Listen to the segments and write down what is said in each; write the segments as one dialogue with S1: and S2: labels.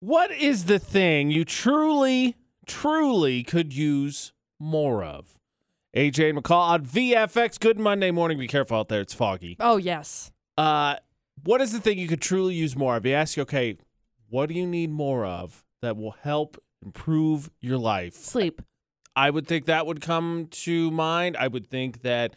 S1: What is the thing you truly, truly could use more of? AJ McCall on VFX. Good Monday morning. Be careful out there. It's foggy.
S2: Oh, yes.
S1: Uh, what is the thing you could truly use more of? You ask, okay, what do you need more of that will help improve your life?
S2: Sleep.
S1: I would think that would come to mind. I would think that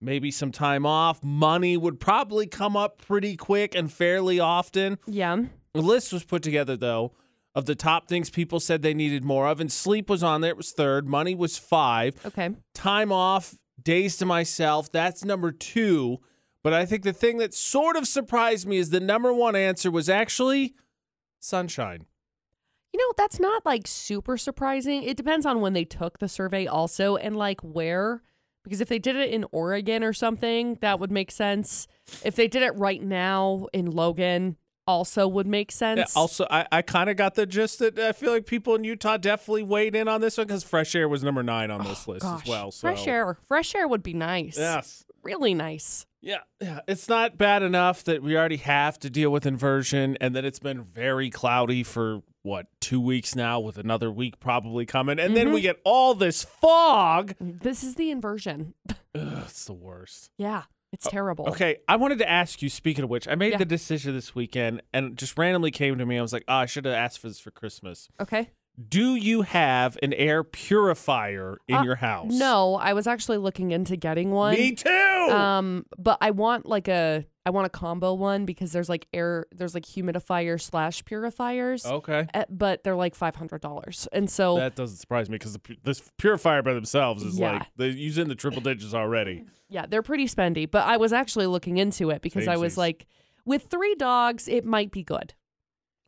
S1: maybe some time off, money would probably come up pretty quick and fairly often.
S2: Yeah.
S1: A list was put together though of the top things people said they needed more of, and sleep was on there. It was third. Money was five.
S2: Okay.
S1: Time off, days to myself. That's number two. But I think the thing that sort of surprised me is the number one answer was actually sunshine.
S2: You know, that's not like super surprising. It depends on when they took the survey, also, and like where. Because if they did it in Oregon or something, that would make sense. If they did it right now in Logan, also would make
S1: Yeah,
S2: sense.
S1: also, I, I kind of got the gist that I feel like people in Utah definitely weighed in on this one because fresh air was number nine on this list
S2: Oh, Gosh,
S1: as well. So
S2: fresh air. Fresh air would be nice.
S1: Yes.
S2: Really nice.
S1: Yeah, yeah, it's not bad enough that we already have to deal with inversion and that it's been very cloudy for what, 2 weeks now with another week probably coming. And then we get all this fog.
S2: This is the inversion.
S1: Ugh, it's the worst.
S2: Yeah. It's terrible.
S1: Oh, Okay, I wanted to ask you speaking of which, I made
S2: Yeah.
S1: the decision this weekend and it just randomly came to me. I was like, "Oh, I should have asked for this for Christmas."
S2: Okay.
S1: Do you have an air purifier in
S2: Uh,
S1: your house?
S2: No, I was actually looking into getting one.
S1: Me too.
S2: Um, but I want like a I want a combo one because there's like air there's like humidifier slash purifiers,
S1: okay.
S2: uh, but they're like five hundred dollars, and so
S1: Oh. That doesn't surprise me because the, pu- this purifier by themselves is
S2: Yeah.
S1: like they're using the triple digits already.
S2: yeah, they're pretty spendy. But I was actually looking into it because I was
S1: Samesies.
S2: like, with three dogs, it might be good.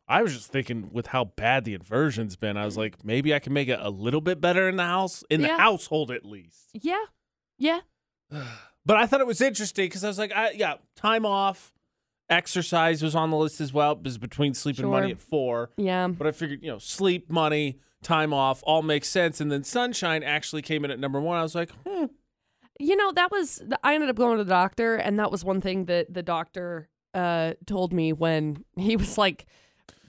S1: I was just thinking with how bad the inversion's been, I was like, maybe I can make it a little bit better in the house, in the
S2: Yeah.
S1: household at least.
S2: Yeah, yeah,
S1: But I thought it was interesting because I was like, I, yeah, time off, exercise was on the list as well. It was between sleep and money
S2: Sure.
S1: at four.
S2: yeah.
S1: But I figured, you know, sleep, money, time off all makes sense. And then sunshine actually came in at number one. I was like, hmm,
S2: You know, that was th- I ended up going to the doctor, and that was one thing that the doctor uh told me when he was like,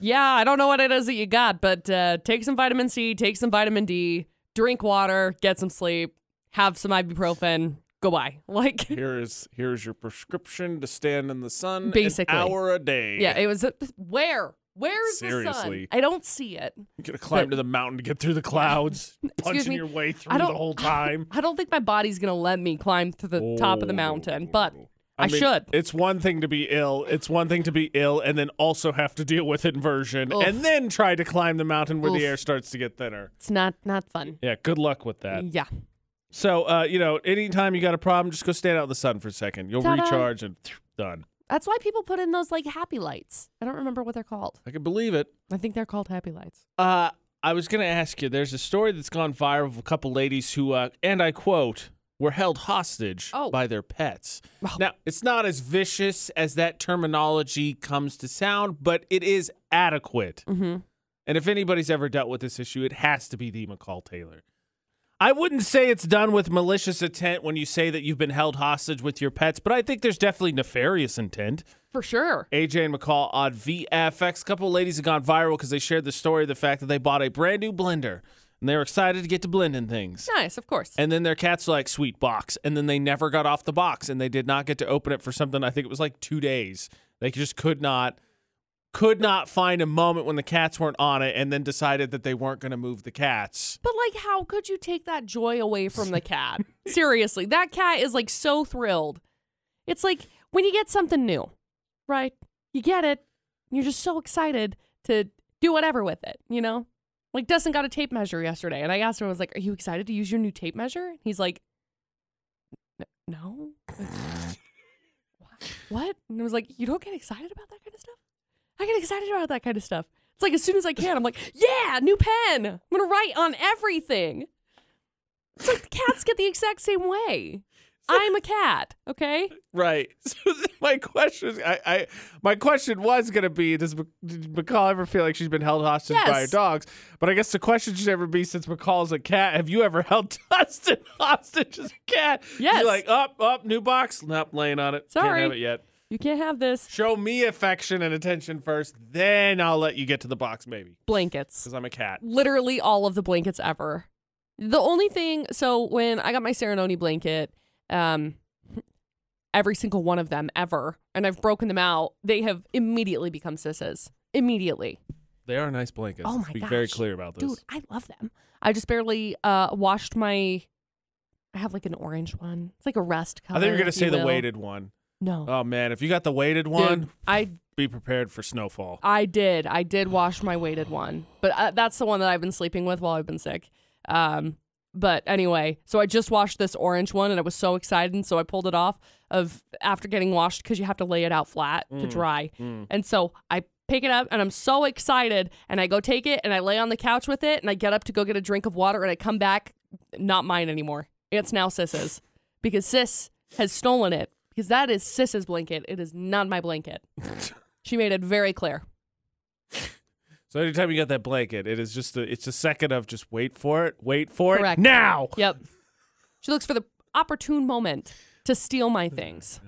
S2: "Yeah, I don't know what it is that you got, but uh, take some vitamin C, take some vitamin D, drink water, get some sleep, have some ibuprofen, goodbye." Like,
S1: here is here is your prescription to stand in the sun
S2: Basically.
S1: an hour a day.
S2: yeah, it was where. Where's the sun?
S1: Seriously.
S2: I don't see it.
S1: You gotta climb
S2: But-
S1: to the mountain to get through the clouds, punching
S2: me.
S1: your way through
S2: I
S1: the
S2: don't-
S1: whole time.
S2: I don't think my body's gonna let me climb to the top of the mountain, but I,
S1: Oh. mean,
S2: should.
S1: It's one thing to be ill. It's one thing to be ill and then also have to deal with inversion
S2: Oof.
S1: and then try to climb the mountain where
S2: Oof.
S1: the air starts to get thinner.
S2: It's not not fun.
S1: Yeah, good luck with that.
S2: Yeah.
S1: So, uh, you know, anytime you got a problem, just go stand out in the sun for a second. You'll
S2: Ta-da.
S1: recharge and done.
S2: That's why people put in those like happy lights. I don't remember what they're called.
S1: I can believe it.
S2: I think they're called happy lights.
S1: Uh, I was going to ask you there's a story that's gone viral of a couple ladies who, uh, and I quote, were held hostage
S2: Oh.
S1: by their pets.
S2: Oh.
S1: Now, it's not as vicious as that terminology comes to sound, but it is adequate.
S2: Mhm.
S1: And if anybody's ever dealt with this issue, it has to be the McCall Taylor. I wouldn't say it's done with malicious intent when you say that you've been held hostage with your pets, but I think there's definitely nefarious intent.
S2: For sure.
S1: AJ and McCall on VFX. A couple of ladies have gone viral because they shared the story of the fact that they bought a brand new blender and they were excited to get to blending things.
S2: Nice, of course.
S1: And then their cats were like, sweet box. And then they never got off the box and they did not get to open it for something. I think it was like two days. They just could not, could not find a moment when the cats weren't on it and then decided that they weren't going to move the cats.
S2: But like how could you take that joy away from the cat? Seriously, that cat is like so thrilled. It's like when you get something new, right? You get it, and you're just so excited to do whatever with it, you know? Like Dustin got a tape measure yesterday and I asked him I was like, "Are you excited to use your new tape measure?" And He's like, "N- "No." what? And I was like, "You don't get excited about that kind of stuff?" I get excited about that kind of stuff. It's like as soon as I can, I'm like, yeah, new pen. I'm gonna write on everything. It's like cats get the exact same way. I'm a cat, okay?
S1: Right. So my question, I, I my question was going to be: Does Mc- did McCall ever feel like she's been held hostage by her
S2: Yes.
S1: dogs? But I guess the question should ever be: Since McCall's a cat, have you ever held Dustin hostage as a cat?
S2: Yes.
S1: You're like up, up, new box. Nope, laying on it. Can't
S2: Sorry.
S1: have it yet.
S2: You can't have this.
S1: Show me affection and attention first, then I'll let you get to the box, maybe,
S2: Blankets.
S1: because I'm a cat.
S2: Literally all of the blankets ever. The only thing, so when I got my Serenoni blanket, um, every single one of them ever, and I've broken them out, they have immediately become sisses. Immediately.
S1: They are nice blankets.
S2: Oh
S1: Let's
S2: my
S1: Be very
S2: gosh.
S1: clear about this.
S2: Dude, I love them. I just barely uh washed my. I have like an orange one. It's like a rust color.
S1: I think you're gonna
S2: if
S1: say
S2: you
S1: the
S2: will.
S1: weighted one.
S2: No.
S1: Oh man, if you got the weighted one,
S2: Dude, I
S1: be prepared for snowfall.
S2: I did. I did wash my weighted one, but uh, that's the one that I've been sleeping with while I've been sick. Um, but anyway, so I just washed this orange one, and I was so excited, and so I pulled it off of after getting washed because you have to lay it out flat to dry. And so I pick it up, and I'm so excited, and I go take it, and I lay on the couch with it, and I get up to go get a drink of water, and I come back, not mine anymore. It's now Sis's because Sis has stolen it because that is Sis's blanket. It is not my blanket. She made it very clear.
S1: So anytime you get that blanket, it is just a, it's a second of just wait for it, wait for
S2: Correct.
S1: it now.
S2: Yep. She looks for the opportune moment to steal my things.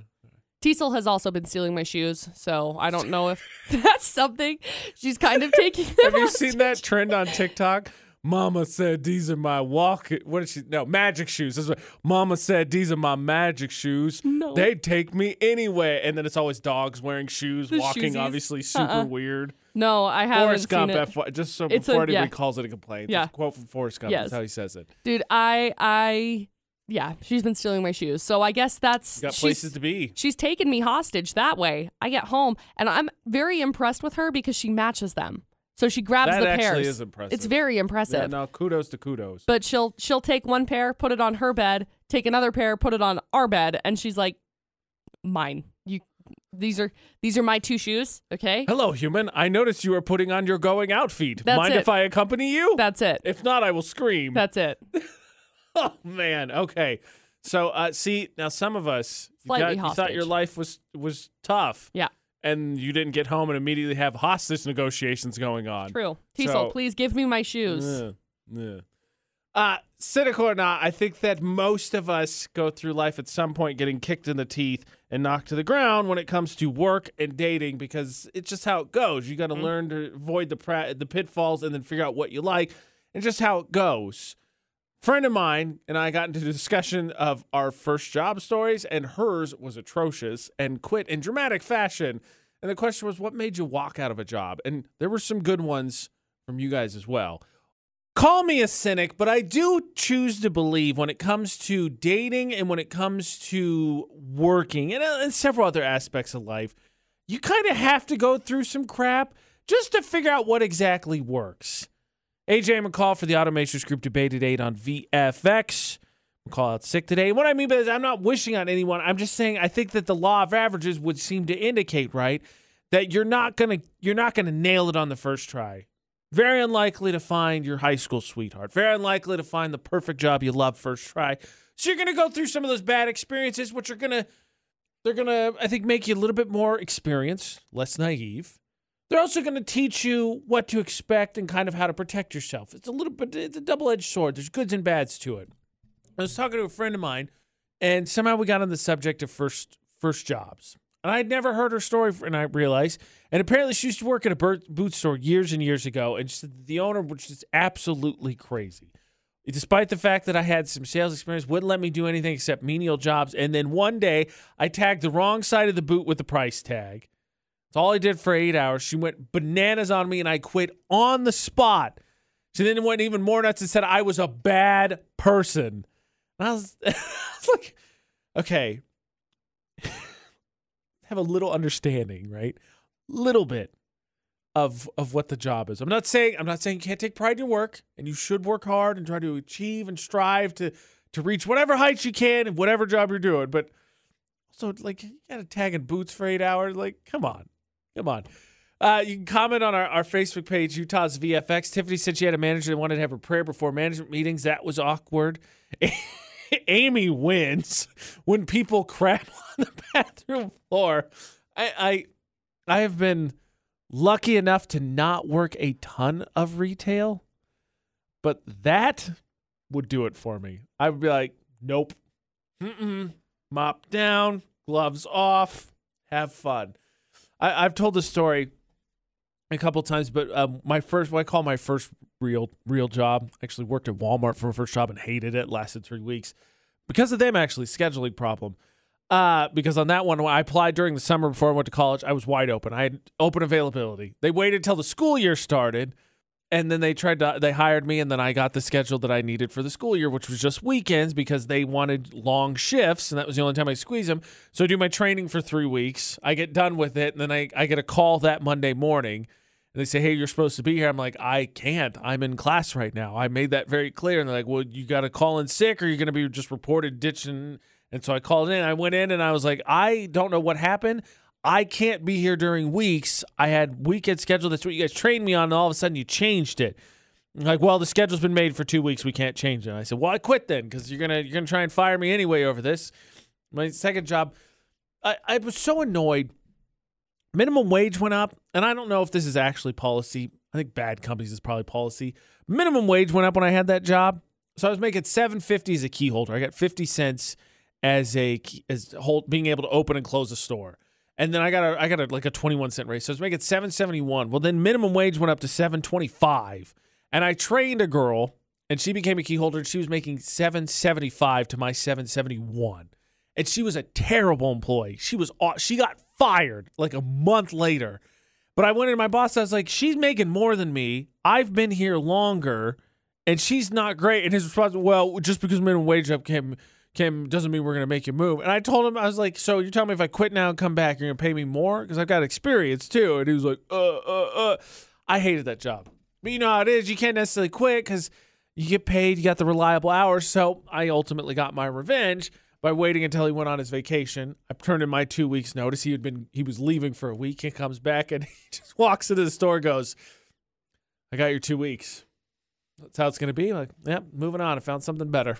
S2: Teasel has also been stealing my shoes, so I don't know if that's something she's kind of taking.
S1: Have you seen that trend on TikTok? Mama said these are my walk. What did she? No, magic shoes. That's what, Mama said these are my magic shoes.
S2: No.
S1: They take me anywhere. And then it's always dogs wearing shoes,
S2: The
S1: walking
S2: shoesies.
S1: obviously super
S2: Uh-uh.
S1: weird.
S2: No, I haven't
S1: Forrest
S2: seen
S1: Gump.
S2: it.
S1: FY, just so
S2: It's a-
S1: before anybody
S2: yeah.
S1: calls it a complaint.
S2: Yeah.
S1: It's a quote from Forrest Gump.
S2: Yes.
S1: That's how he says it.
S2: Dude, I I yeah, she's been stealing my shoes. So I guess that's
S1: You got
S2: she's-
S1: places to be.
S2: She's taken me hostage that way. I get home and I'm very impressed with her because she matches them. So she grabs
S1: That
S2: the
S1: actually
S2: pairs.
S1: is impressive.
S2: It's very impressive.
S1: Yeah, no, kudos to kudos.
S2: but she'll she'll take one pair, put it on her bed, take another pair, put it on our bed, and she's like, "Mine. You these are these are my two shoes, okay?
S1: Hello, human. I noticed you are putting on your going out feet.
S2: That's
S1: Mind
S2: it.
S1: if I accompany you?
S2: That's it.
S1: if not, I will scream.
S2: That's it.
S1: Oh man. Okay. So uh, see now, some of us you got-
S2: Slightly
S1: you thought
S2: hostage.
S1: your life was was tough.
S2: Yeah.
S1: And you didn't get home and immediately have hostage negotiations going on.
S2: True. Teasel,
S1: So-
S2: please give me my shoes.
S1: Yeah, yeah. Uh, cynical or not, I think that most of us go through life at some point getting kicked in the teeth and knocked to the ground when it comes to work and dating because it's just how it goes. You got to learn to avoid the pra- the pitfalls and then figure out what you like and just how it goes. Friend of mine and I got into a discussion of our first job stories, and hers was atrocious and quit in dramatic fashion. And the question was, what made you walk out of a job? And there were some good ones from you guys as well call me a cynic, but I do choose to believe when it comes to dating and when it comes to working and, uh, and several other aspects of life, you kind of have to go through some crap just to figure out what exactly works. AJ McCall for the Automations Group debate at 8 on VFX. McCall out sick today. What I mean by this, I'm not wishing on anyone. I'm just saying I think that the law of averages would seem to indicate, right, that you're not gonna you're not gonna nail it on the first try. Very unlikely to find your high school sweetheart. Very unlikely to find the perfect job you love first try. So you're going to go through some of those bad experiences, which are going to, they're going to, I think, make you a little bit more experienced, less naive. They're also going to teach you what to expect and kind of how to protect yourself. It's a little bit, it's a double edged sword. There's goods and bads to it. I was talking to a friend of mine, and somehow we got on the subject of first first jobs. And I'd never heard her story, and I realized. And apparently, she used to work at a bir- boot store years and years ago, and she said that the owner was just absolutely crazy. Despite the fact that I had some sales experience, wouldn't let me do anything except menial jobs. And then one day, I tagged the wrong side of the boot with the price tag. That's all I did for eight hours. She went bananas on me, and I quit on the spot. She then went even more nuts and said I was a bad person. And I was, I was like, okay, have a little understanding, right? Little bit of of what the job is. I'm not saying I'm not saying you can't take pride in your work, and you should work hard and try to achieve and strive to to reach whatever heights you can in whatever job you're doing. But also, like, you got to tag in boots for eight hours. Like, come on, come on. Uh, you can comment on our, our Facebook page, Utah's VFX. Tiffany said she had a manager that wanted to have a prayer before management meetings. That was awkward. Amy wins when people crap on the bathroom floor. I, I I have been lucky enough to not work a ton of retail, but that would do it for me. I would be like, nope. Mm-mm. Mop down, gloves off, have fun. I, I've told this story a couple times, but um, my first, what I call my first real real job, I actually worked at Walmart for my first job and hated it. Lasted three weeks because of them actually scheduling problem. Uh, because on that one, when I applied during the summer before I went to college. I was wide open. I had open availability. They waited till the school year started, and then they tried to they hired me, and then I got the schedule that I needed for the school year, which was just weekends because they wanted long shifts, and that was the only time I squeeze them. So I do my training for three weeks. I get done with it, and then I, I get a call that Monday morning, and they say, "Hey, you're supposed to be here." I'm like, "I can't. I'm in class right now. I made that very clear." And they're like, "Well, you got to call in sick, or you're going to be just reported ditching." And so I called in. I went in, and I was like, "I don't know what happened. I can't be here during weeks. I had weekend schedule. That's what you guys trained me on. And all of a sudden, you changed it." And Like, well, the schedule's been made for two weeks. We can't change it. And I said, "Well, I quit then, because you're gonna you're gonna try and fire me anyway over this." My second job, I, I was so annoyed minimum wage went up, and I don't know if this is actually policy. I think bad companies is probably policy. Minimum wage went up when I had that job, so I was making seven fifty as a key holder. I got fifty cents as a key- as hold, being able to open and close a store, and then I got a I got a, like a twenty one cent raise. So I was making seven seventy one. Well, then minimum wage went up to seven twenty five, and I trained a girl, and she became a key holder. And she was making seven seventy five to my seven seventy one and she was a terrible employee. She was aw- she got fired like a month later. But I went to my boss. I was like, "She's making more than me. I've been here longer, and she's not great." And his response, "Well, just because minimum wage up came came doesn't mean we're gonna make you move." And I told him, I was like, "So you're telling me if I quit now and come back, you're gonna pay me more because I've got experience too?" And he was like, "Uh, uh, uh." I hated that job. But you know how it is. You can't necessarily quit because you get paid, you got the reliable hours. So I ultimately got my revenge by waiting until he went on his vacation. I turned in my two weeks notice. He had been he was leaving for a week. He comes back and he just walks into the store, and goes, I got your two weeks. That's how it's gonna be. Like, yep, moving on. I found something better.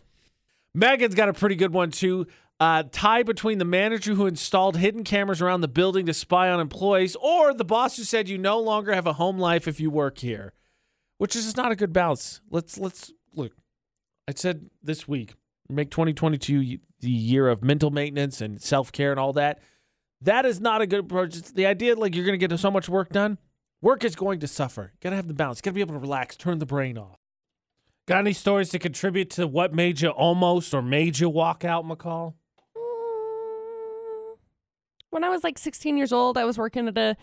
S1: Megan's got a pretty good one too. Uh, tie between the manager who installed hidden cameras around the building to spy on employees, or the boss who said you no longer have a home life if you work here, which is just not a good balance. Let's let's look. I said this week, make 2022 y- the year of mental maintenance and self care and all that. That is not a good approach. It's the idea like you're going to get so much work done, work is going to suffer. Got to have the balance. Got to be able to relax, turn the brain off. Got any stories to contribute to what made you almost or made you walk out, McCall?
S2: Mm. When I was like 16 years old, I was working at a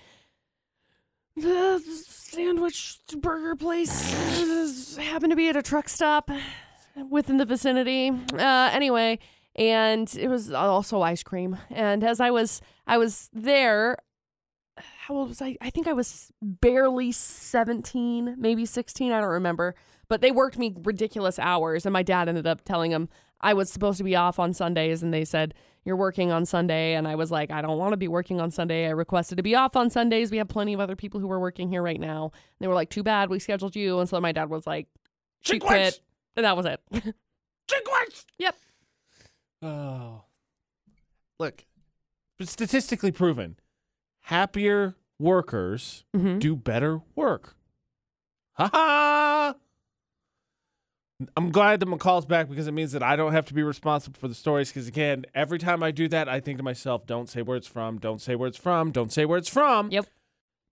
S2: uh, sandwich burger place. Happened to be at a truck stop within the vicinity. Uh, anyway, and it was also ice cream. And as I was, I was there. How old was I? I think I was barely 17, maybe 16. I don't remember. But they worked me ridiculous hours, and my dad ended up telling him I was supposed to be off on Sundays, and they said you're working on Sunday. And I was like, I don't want to be working on Sunday. I requested to be off on Sundays. We have plenty of other people who are working here right now. And they were like, too bad. We scheduled you. And so my dad was like, she,
S1: She
S2: quit.
S1: quits.
S2: And that was it. Yep.
S1: Oh. Look, it's statistically proven happier workers
S2: Mm-hmm.
S1: do better work. Ha ha! I'm glad that McCall's back because it means that I don't have to be responsible for the stories. Because again, every time I do that, I think to myself, don't say where it's from, don't say where it's from, don't say where it's from.
S2: Yep.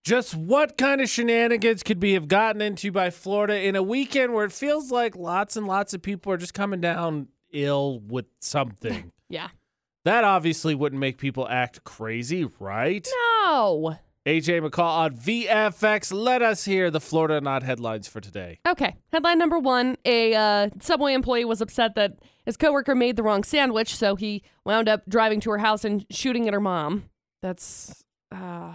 S1: Just what kind of shenanigans could we have gotten into by Florida in a weekend where it feels like lots and lots of people are just coming down ill with something?
S2: Yeah.
S1: that obviously wouldn't make people act crazy, right?
S2: No.
S1: AJ McCall on VFX. Let us hear the Florida Not headlines for today.
S2: Okay. Headline number one A uh, subway employee was upset that his coworker made the wrong sandwich, so he wound up driving to her house and shooting at her mom. That's. Uh,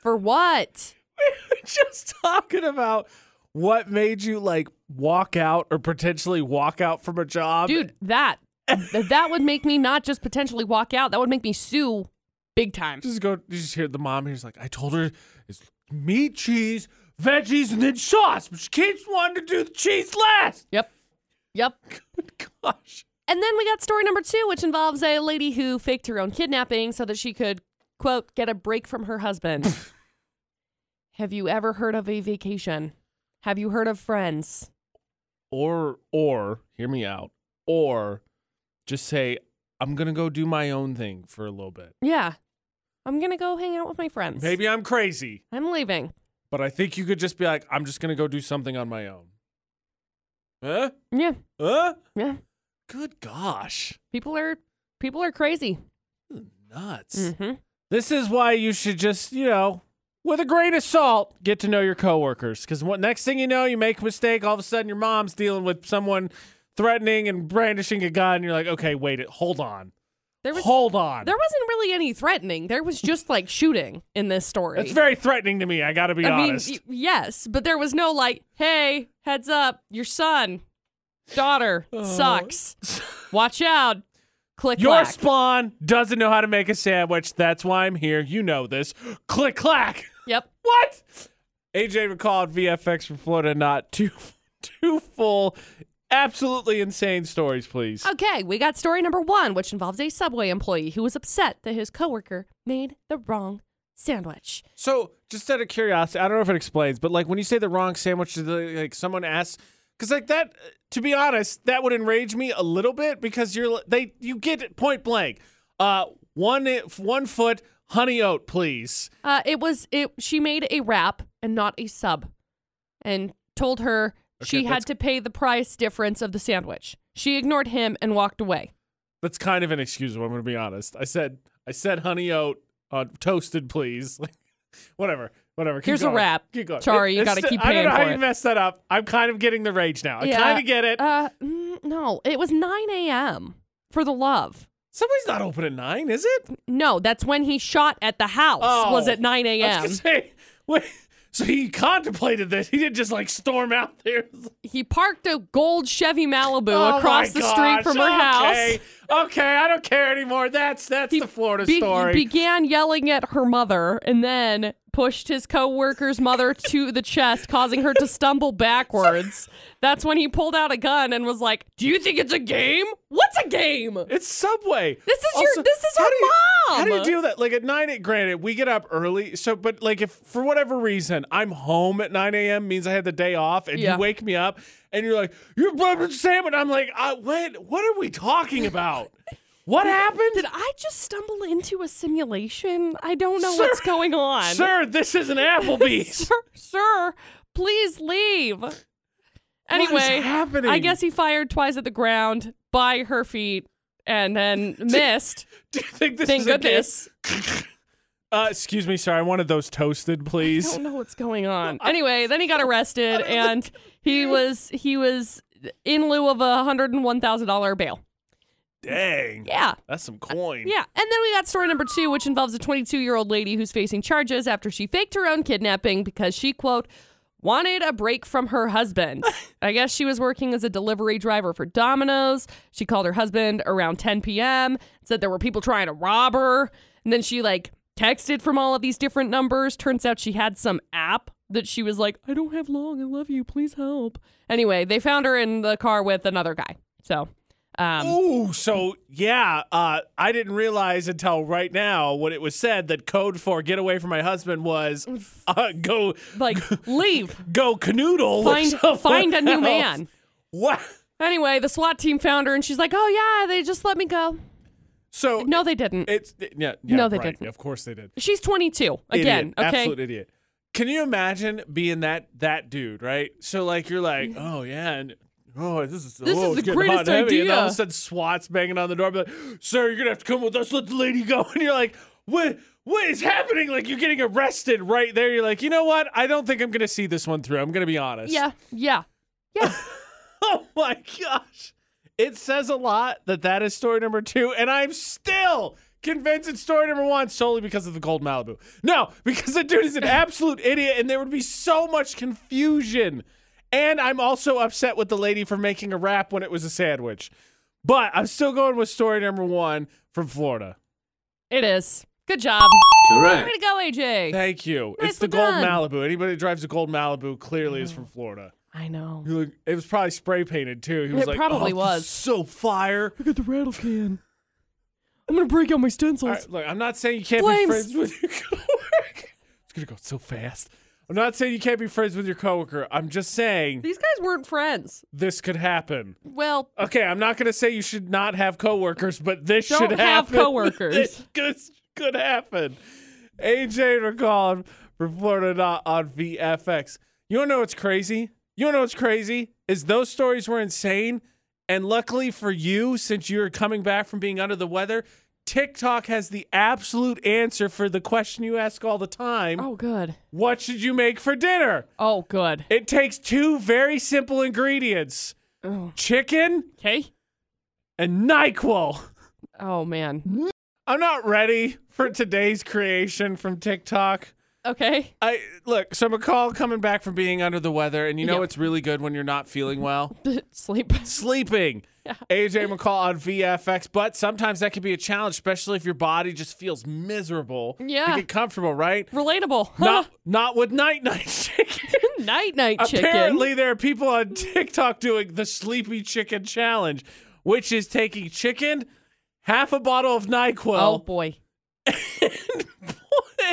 S2: for what?
S1: Just talking about what made you like walk out or potentially walk out from a job.
S2: Dude, that. th- that would make me not just potentially walk out, that would make me sue big time.
S1: Just go, you just hear the mom here's like, I told her it's meat, cheese, veggies, and then sauce, but she keeps wanting to do the cheese last.
S2: Yep. Yep.
S1: Good gosh.
S2: And then we got story number two, which involves a lady who faked her own kidnapping so that she could, quote, get a break from her husband. Have you ever heard of a vacation? Have you heard of friends?
S1: Or, or, hear me out, or just say, I'm going to go do my own thing for a little bit.
S2: Yeah. I'm gonna go hang out with my friends.
S1: Maybe I'm crazy,
S2: I'm leaving.
S1: but I think you could just be like, I'm just gonna go do something on my own. Huh?
S2: Yeah,
S1: Huh?
S2: yeah.
S1: Good gosh.
S2: People are people are crazy.
S1: This is Nuts.
S2: hmm
S1: This is why you should just, you know, with a grain of salt, get to know your coworkers. Because what next thing you know, you make a mistake. All of a sudden, your mom's dealing with someone threatening and brandishing a gun. You're like, okay, wait, it, hold on,
S2: There was
S1: hold on.
S2: there wasn't really any threatening. There was just like shooting in this story.
S1: It's very threatening to me. I got to be
S2: I mean,
S1: honest.
S2: y- yes, but there was no like, hey, heads up, your son, daughter sucks. Watch out. Click
S1: Oh. Your
S2: clack.
S1: spawn doesn't know how to make a sandwich. That's why I'm here. You know this. Click clack.
S2: yep.
S1: What? AJ recalled VFX from Florida. Not too, too full. Absolutely insane stories, please.
S2: Okay, we got story number one, which involves a subway employee who was upset that his coworker made the wrong sandwich.
S1: So, just out of curiosity, I don't know if it explains, but like when you say the wrong sandwich, do they- like someone asks, because like that, to be honest, that would enrage me a little bit because you're they you get it point blank, uh, one one foot honey oat, please.
S2: Uh, it was it. She made a wrap and not a sub, and told her she
S1: Okay,
S2: had
S1: that's-
S2: to pay the price difference of the sandwich. She ignored him and walked away.
S1: That's kind of inexcusable. I'm gonna be honest. I said I said honey oat uh, toasted, please. Like, whatever, whatever. Keep
S2: Here's a
S1: going.
S2: wrap.
S1: Keep going.
S2: Sorry, you
S1: it's
S2: gotta
S1: sti-
S2: keep
S1: I don't
S2: paying
S1: know how
S2: for
S1: you
S2: it.
S1: messed that up. I'm kind of getting the rage now. I
S2: Yeah.
S1: kind of get it.
S2: Uh, mm, no, it was 9 a.m. for the love.
S1: Somebody's not open at nine, is it?
S2: No, that's when he shot at the house.
S1: Oh,
S2: was at 9
S1: I was
S2: a.m.
S1: gonna say, wait, so he contemplated this. He didn't just like storm out there.
S2: He parked a gold Chevy Malibu
S1: Oh
S2: across
S1: my
S2: the street from her
S1: gosh,
S2: house.
S1: okay, Okay, I don't care anymore. That's that's the Florida
S2: Be-
S1: story.
S2: began yelling at her mother and then pushed his coworker's mother to the chest, causing her to stumble backwards. That's when he pulled out a gun and was like, "Do you think it's a game? What's a game?"
S1: it's Subway.
S2: This is
S1: Also,
S2: your. This is
S1: how
S2: her
S1: do you-
S2: mom.
S1: How do you deal with that? Like at nine, it, granted, we get up early. So, but like if for whatever reason I'm home at 9 a.m. means I had the day off, and
S2: Yeah.
S1: you wake me up and you're like, "You're brother Sam," and I'm like, I, "What? What are we talking about? What happened?"
S2: Did I just stumble into a simulation? I don't know
S1: Sir-
S2: what's going on.
S1: Sir, this is an Applebee's.
S2: sir, sir, please leave. Anyway,
S1: happening?
S2: I guess he fired twice at the ground by her feet and then missed.
S1: Do you think this
S2: Thank
S1: is a gift?
S2: goodness.
S1: Uh, excuse me, sorry. I wanted those toasted,
S2: I
S1: please.
S2: don't know what's going on. Anyway, then he got arrested and he was he was in lieu of a hundred and one thousand dollar bail.
S1: Dang,
S2: Yeah.
S1: that's some coin.
S2: Yeah, and then we got story number two, which involves a 22 year old lady who's facing charges after she faked her own kidnapping because she, quote, wanted a break from her husband. I guess she was working as a delivery driver for Domino's. She called her husband around 10 p.m., said there were people trying to rob her, and then she, like, texted from all of these different numbers. Turns out she had some app that she was like, I don't have long. I love you. Please help. Anyway, they found her in the car with another guy. So, um,
S1: Ooh, so yeah, uh, I didn't realize until right now when it was said that code for "get away from my husband" was uh, "go
S2: like, leave.
S1: go canoodle." with someone
S2: find find a new
S1: else.
S2: man.
S1: What?
S2: Anyway, the SWAT team found her and she's like, "Oh yeah, they just let me go."
S1: So
S2: No, they didn't.
S1: it's yeah, yeah
S2: No, they
S1: right.
S2: didn't.
S1: Of course they did.
S2: She's 22 again,
S1: idiot,
S2: okay?
S1: absolute idiot. Can you imagine being that that dude, right? So like you're like, oh yeah, and oh this is
S2: Mm. This
S1: oh,
S2: is
S1: it's
S2: the
S1: getting
S2: greatest
S1: hot and heavy, And all of a
S2: idea.
S1: sudden, SWAT's banging on the door, be like, sir, you're gonna have to come with us. Let the lady go, and you're like, what? What is happening? Like you're getting arrested right there. You're like, you know what? I don't think I'm gonna see this one through. I'm gonna be honest.
S2: Yeah. Yeah.
S1: Oh my gosh. It says a lot that that is story number two, and I'm still convinced it's story number one solely because of the gold Malibu. No, because the dude is an absolute idiot, and there would be so much confusion. And I'm also upset with the lady for making a wrap when it was a sandwich. But I'm still going with story number one from Florida.
S2: It is. Good job. Way
S3: Correct.
S2: to go, AJ.
S1: Thank you. it's
S2: Nicely
S1: the gold
S2: done. Mm-hmm.
S1: Malibu. Anybody that drives a gold Malibu clearly is from Florida.
S2: I know.
S1: He looked- It was probably spray painted too. He was
S2: It
S1: like,
S2: probably
S1: "Oh, this is
S2: was."
S1: so fire.
S2: I got the rattle can. I'm going to break out my stencils.
S1: All right, look, I'm not saying you can't be
S2: Flames.
S1: friends with your coworker. It's gonna go so fast. I'm not saying you can't be friends with your coworker. I'm just saying
S2: These guys weren't friends.
S1: this could happen.
S2: Well,
S1: Okay, I'm not gonna say you should not have coworkers, but this
S2: Don't
S1: should
S2: have
S1: happen.
S2: coworkers.
S1: This could- could happen. AJ recalled from Florida Not on VFX. You wanna know what's crazy? You wanna know what's crazy? Is those stories were insane. And luckily for you, since you're coming back from being under the weather, TikTok has the absolute answer for the question you ask all the time.
S2: Oh, good.
S1: What should you make for dinner?
S2: Oh, good.
S1: It takes two very simple ingredients
S2: Oh,
S1: chicken
S2: okay.
S1: and NyQuil.
S2: Oh, man.
S1: I'm not ready for today's creation from TikTok.
S2: Okay.
S1: I look, so McCall coming back from being under the weather, and you know
S2: Yep.
S1: it's really good when you're not feeling well?
S2: Sleep.
S1: Sleeping. AJ McCall on VFX, but sometimes that can be a challenge, especially if your body just feels miserable.
S2: Yeah.
S1: To get comfortable, right?
S2: Relatable.
S1: Not not with night night chicken.
S2: night night chicken.
S1: Apparently, there are people on TikTok doing the sleepy chicken challenge, which is taking chicken, half a bottle of
S2: oh,
S1: NyQuil,
S2: boy.
S1: and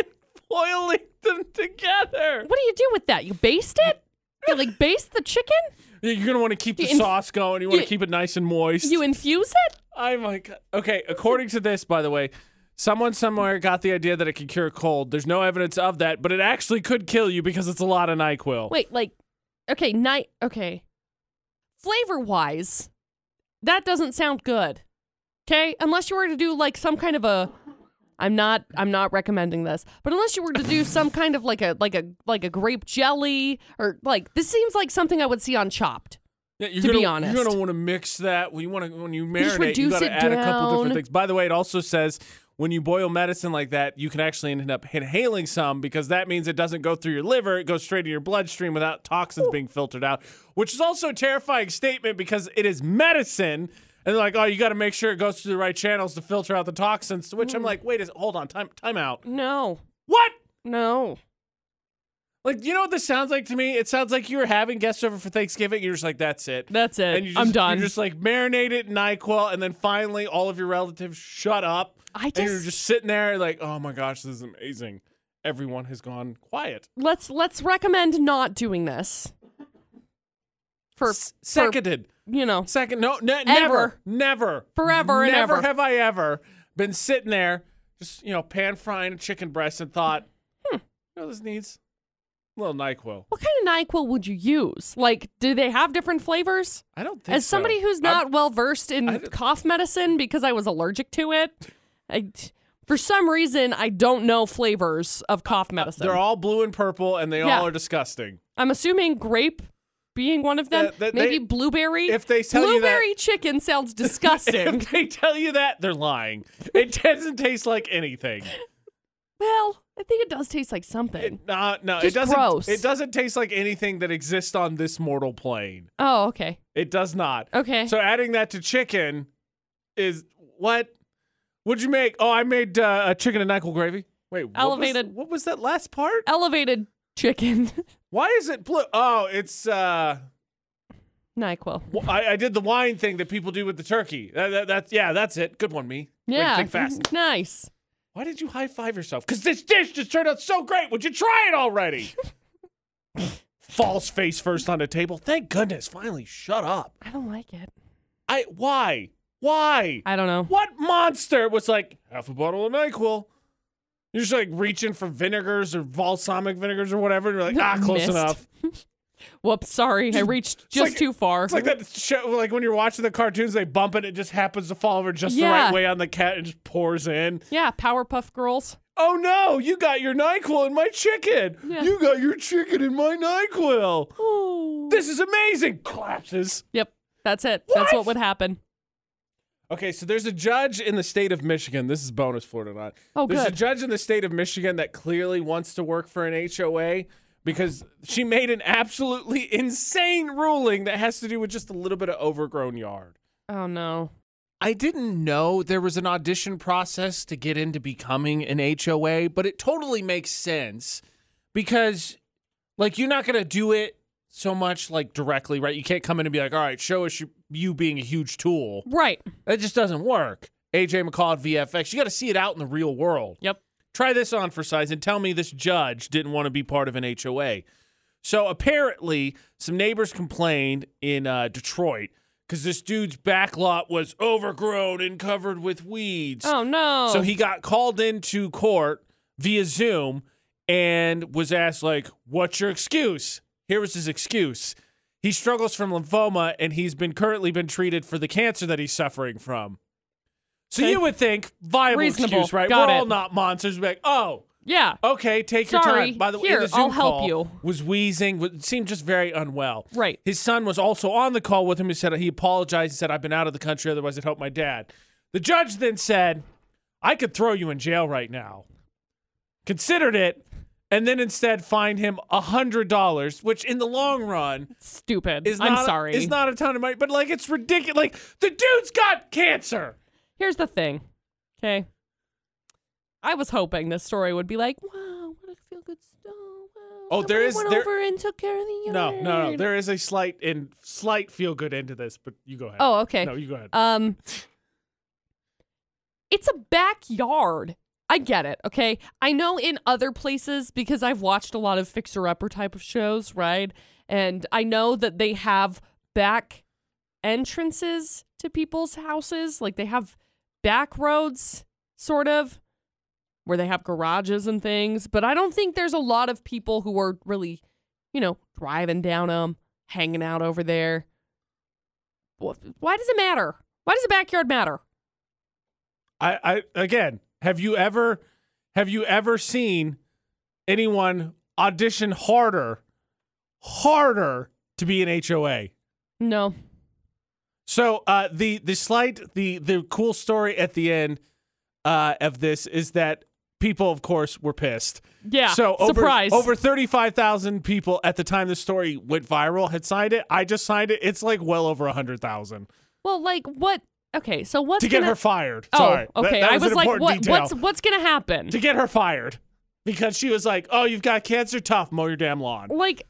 S1: boiling them together.
S2: What do you do with that? You baste it? You like baste the chicken?
S1: You're gonna want to keep the
S2: You inf-
S1: sauce going. You want to
S2: you-
S1: keep it nice and moist.
S2: You infuse it?
S1: Oh my god. Okay, according to this, by the way, someone somewhere got the idea that it could cure a cold. There's no evidence of that, but it actually could kill you because it's a lot of NyQuil.
S2: Wait, like, okay, night. Okay. Flavor wise, that doesn't sound good. Okay, unless you were to do like some kind of a. I'm not. I'm not recommending this. But unless you were to do some kind of like a like a like a grape jelly or like this seems like something I would see on Chopped.
S1: Yeah, you're
S2: to
S1: gonna,
S2: be honest.
S1: you're gonna want to mix that. Well, you want to when you
S2: just
S1: marinate, you
S2: reduce
S1: gotta
S2: it
S1: add a couple different
S2: down.
S1: things. By the way, it also says when you boil medicine like that, you can actually end up inhaling some because that means it doesn't go through your liver; it goes straight into your bloodstream without toxins being filtered out, which is also a terrifying statement because it is medicine. And they're like, oh, you got to make sure it goes through the right channels to filter out the toxins. To which
S2: Mm.
S1: I'm like, wait, a, hold on, time, time out.
S2: No,
S1: What?
S2: no.
S1: Like, you know what this sounds like to me? It sounds like you were having guests over for Thanksgiving. You're just like, that's it.
S2: That's it.
S1: And you just,
S2: I'm done.
S1: You just like marinate it in NyQuil, and then finally all of your relatives shut up.
S2: I
S1: and you're
S2: just,
S1: just sitting there like, oh my gosh, this is amazing. Everyone has gone quiet.
S2: let's let's recommend not doing this. For,
S1: S- Seconded.
S2: for you know
S1: Second. No, ne-
S2: Ever.
S1: never. Never.
S2: Forever and
S1: never
S2: ever.
S1: have I ever been sitting there just, you know, pan frying a chicken breast and thought, hmm, you know what this needs? A little NyQuil.
S2: what kind of NyQuil would you use? Like, do they have different flavors?
S1: I don't think
S2: As
S1: so.
S2: somebody who's
S1: I'm-
S2: not well versed
S1: I
S2: in
S1: don't-
S2: cough medicine because I was allergic to it, I, for some reason I don't know flavors of cough medicine.
S1: Uh, They're all blue and purple, and they
S2: Yeah.
S1: all are disgusting.
S2: I'm assuming grape being one of them,
S1: That- that
S2: maybe
S1: they-
S2: blueberry.
S1: if they tell you that-
S2: blueberry chicken sounds disgusting.
S1: If they tell you that, they're lying. It doesn't taste like anything.
S2: well, I think it does taste like something.
S1: No, no,
S2: Just
S1: it doesn't.
S2: gross.
S1: It doesn't taste like anything that exists on this mortal plane.
S2: oh, okay,
S1: It does not.
S2: okay.
S1: So adding that to chicken is what? What'd you make? Oh, I made uh, a chicken and NyQuil gravy. Wait, what was-
S2: Elevated.
S1: what was that last part?
S2: Elevated chicken
S1: Why is it blue? Oh, it's. uh
S2: Nyquil.
S1: w- I, I did the wine thing that people do with the turkey. That, that, that's yeah, that's it. Good one, me. Way to
S2: Yeah,
S1: think fast.
S2: nice.
S1: Why did you high five yourself? Because this dish just turned out so great. Would you try it already? Falls face first on the table. Thank goodness. Finally, shut up.
S2: I don't like it.
S1: I why? Why?
S2: I don't know.
S1: What monster was like half a bottle of NyQuil? You're just like reaching for vinegars or balsamic vinegars or whatever, and you're like, ah, close
S2: Missed.
S1: enough.
S2: Whoops, sorry, I reached just
S1: like-
S2: too far.
S1: It's like that show, like when you're watching the cartoons, they bump it, it just happens to fall over just the
S2: Yeah.
S1: right way on the cat and just pours in.
S2: yeah, Powerpuff Girls.
S1: Oh no, you got your NyQuil in my chicken.
S2: Yeah.
S1: You got your chicken in my NyQuil. This is amazing. Collapses.
S2: Yep. That's it. That's what would happen.
S1: Okay, so there's a judge in the state of Michigan. This is bonus Florida not.
S2: Oh,
S1: there's
S2: good.
S1: a judge in the state of Michigan that clearly wants to work for an HOA because she made an absolutely insane ruling that has to do with just a little bit of overgrown yard.
S2: Oh no.
S1: I didn't know there was an audition process to get into becoming an HOA, but it totally makes sense because, like, you're not going to do it so much, like, directly, right? You can't come in and be like, all right, show us you, you being a huge tool.
S2: Right.
S1: That just doesn't work. AJ McCall at VFX, you got to see it out in the real world.
S2: Yep.
S1: Try this on for size and tell me this judge didn't want to be part of an HOA. So apparently, some neighbors complained in uh, Detroit because this dude's back lot was overgrown and covered with weeds.
S2: Oh no.
S1: So he got called into court via Zoom and was asked like, "What's your excuse?" Here was his excuse. He struggles from lymphoma and he's been currently been treated for the cancer that he's suffering from. So
S2: Okay.
S1: you would think viable
S2: Reasonable.
S1: excuse, right?
S2: Got
S1: We're
S2: it.
S1: all not monsters. We're Like, oh,
S2: yeah.
S1: okay, take your
S2: Sorry.
S1: time. By the way,
S2: Here,
S1: the Zoom
S2: I'll help
S1: call
S2: you.
S1: was wheezing, was- seemed just very unwell.
S2: Right.
S1: His son was also on the call with him. He said he apologized and said, I've been out of the country, otherwise it helped my dad. The judge then said, I could throw you in jail right now. Considered it, and then instead fined him hundred dollars, which in the long run
S2: Stupid.
S1: is
S2: I'm
S1: not
S2: sorry.
S1: is not a ton of money, but like it's ridiculous. Like the dude's got cancer.
S2: Here's the thing. Okay. I was hoping this story would be like, wow, what a feel good story. Wow,
S1: Oh, there
S2: somebody
S1: is-
S2: went
S1: there-
S2: over and took care of the yard.
S1: No, no, no. There is a slight and slight feel good end to this, but you go ahead.
S2: Oh, okay.
S1: No, you go ahead.
S2: Um, it's a backyard. I get it. Okay. I know in other places because I've watched a lot of fixer upper type of shows, right? And I know that they have back entrances to people's houses. Like they have back roads, sort of, where they have garages and things. But I don't think there's a lot of people who are really, you know, driving down them, hanging out over there. Wh- Why does it matter? Why does a backyard matter?
S1: I, I again, have you ever have you ever seen anyone audition harder harder to be an HOA?
S2: No.
S1: So uh, the the slight the the cool story at the end uh, of this is that people, of course, were pissed.
S2: Yeah.
S1: So over
S2: surprise.
S1: over thirty five thousand people at the time the story went viral had signed it. I just signed it. It's like well over hundred thousand
S2: well, like what? Okay, so what's
S1: to get
S2: gonna-
S1: her fired.
S2: Oh,
S1: Sorry, That-
S2: okay.
S1: that
S2: I
S1: was,
S2: was
S1: an
S2: like,
S1: important
S2: what?
S1: detail.
S2: What's what's gonna happen?
S1: to get her fired because she was like, "Oh, you've got cancer, tough, mow your damn lawn."
S2: like,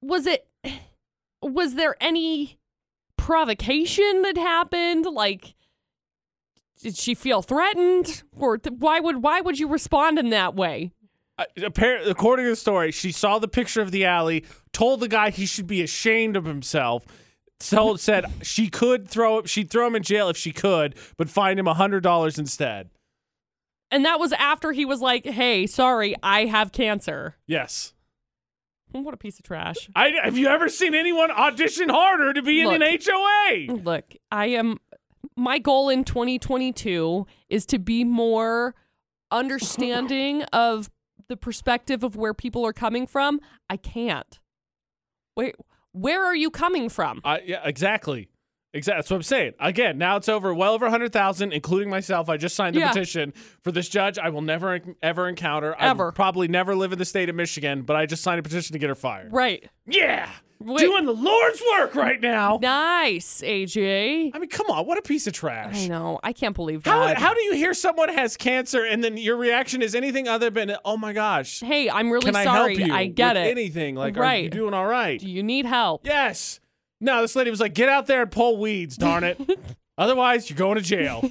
S2: was it? Was there any provocation that happened? Like, did she feel threatened, or th- why would why would you respond in that way?
S1: Uh, appar- according to the story, she saw the picture of the alley, told the guy he should be ashamed of himself. So said she could throw she'd throw him in jail if she could, but find him hundred dollars instead.
S2: And that was after he was like, "Hey, sorry, I have cancer."
S1: Yes,
S2: What a piece of trash.
S1: I have you ever seen anyone audition harder to be in an
S2: Look.
S1: HOA?
S2: Look, I am. My goal in 2022 is to be more understanding of the perspective of where people are coming from. I can't. Wait, where are you coming from?
S1: I yeah, exactly. Exactly. That's what I'm saying. Again, now it's over well over 100,000, including myself. I just signed the
S2: Yeah.
S1: petition for this judge I will never, ever encounter. I will
S2: Ever.
S1: probably never live in the state of Michigan, but I just signed a petition to get her fired.
S2: Right.
S1: Yeah.
S2: Wait.
S1: Doing the Lord's work right now.
S2: Nice, AJ.
S1: I mean, come on. What a piece of
S2: I
S1: trash.
S2: know. I can't believe
S1: How,
S2: that.
S1: how do you hear someone has cancer and then your reaction is anything other than, oh my gosh,
S2: hey, I'm really
S1: can I
S2: sorry.
S1: help you?
S2: I get
S1: with
S2: it.
S1: Anything. Like, are you
S2: Right.
S1: doing all right?
S2: do you need help?
S1: Yes. No, this lady was like, get out there and pull weeds, darn it. Otherwise, you're going to jail.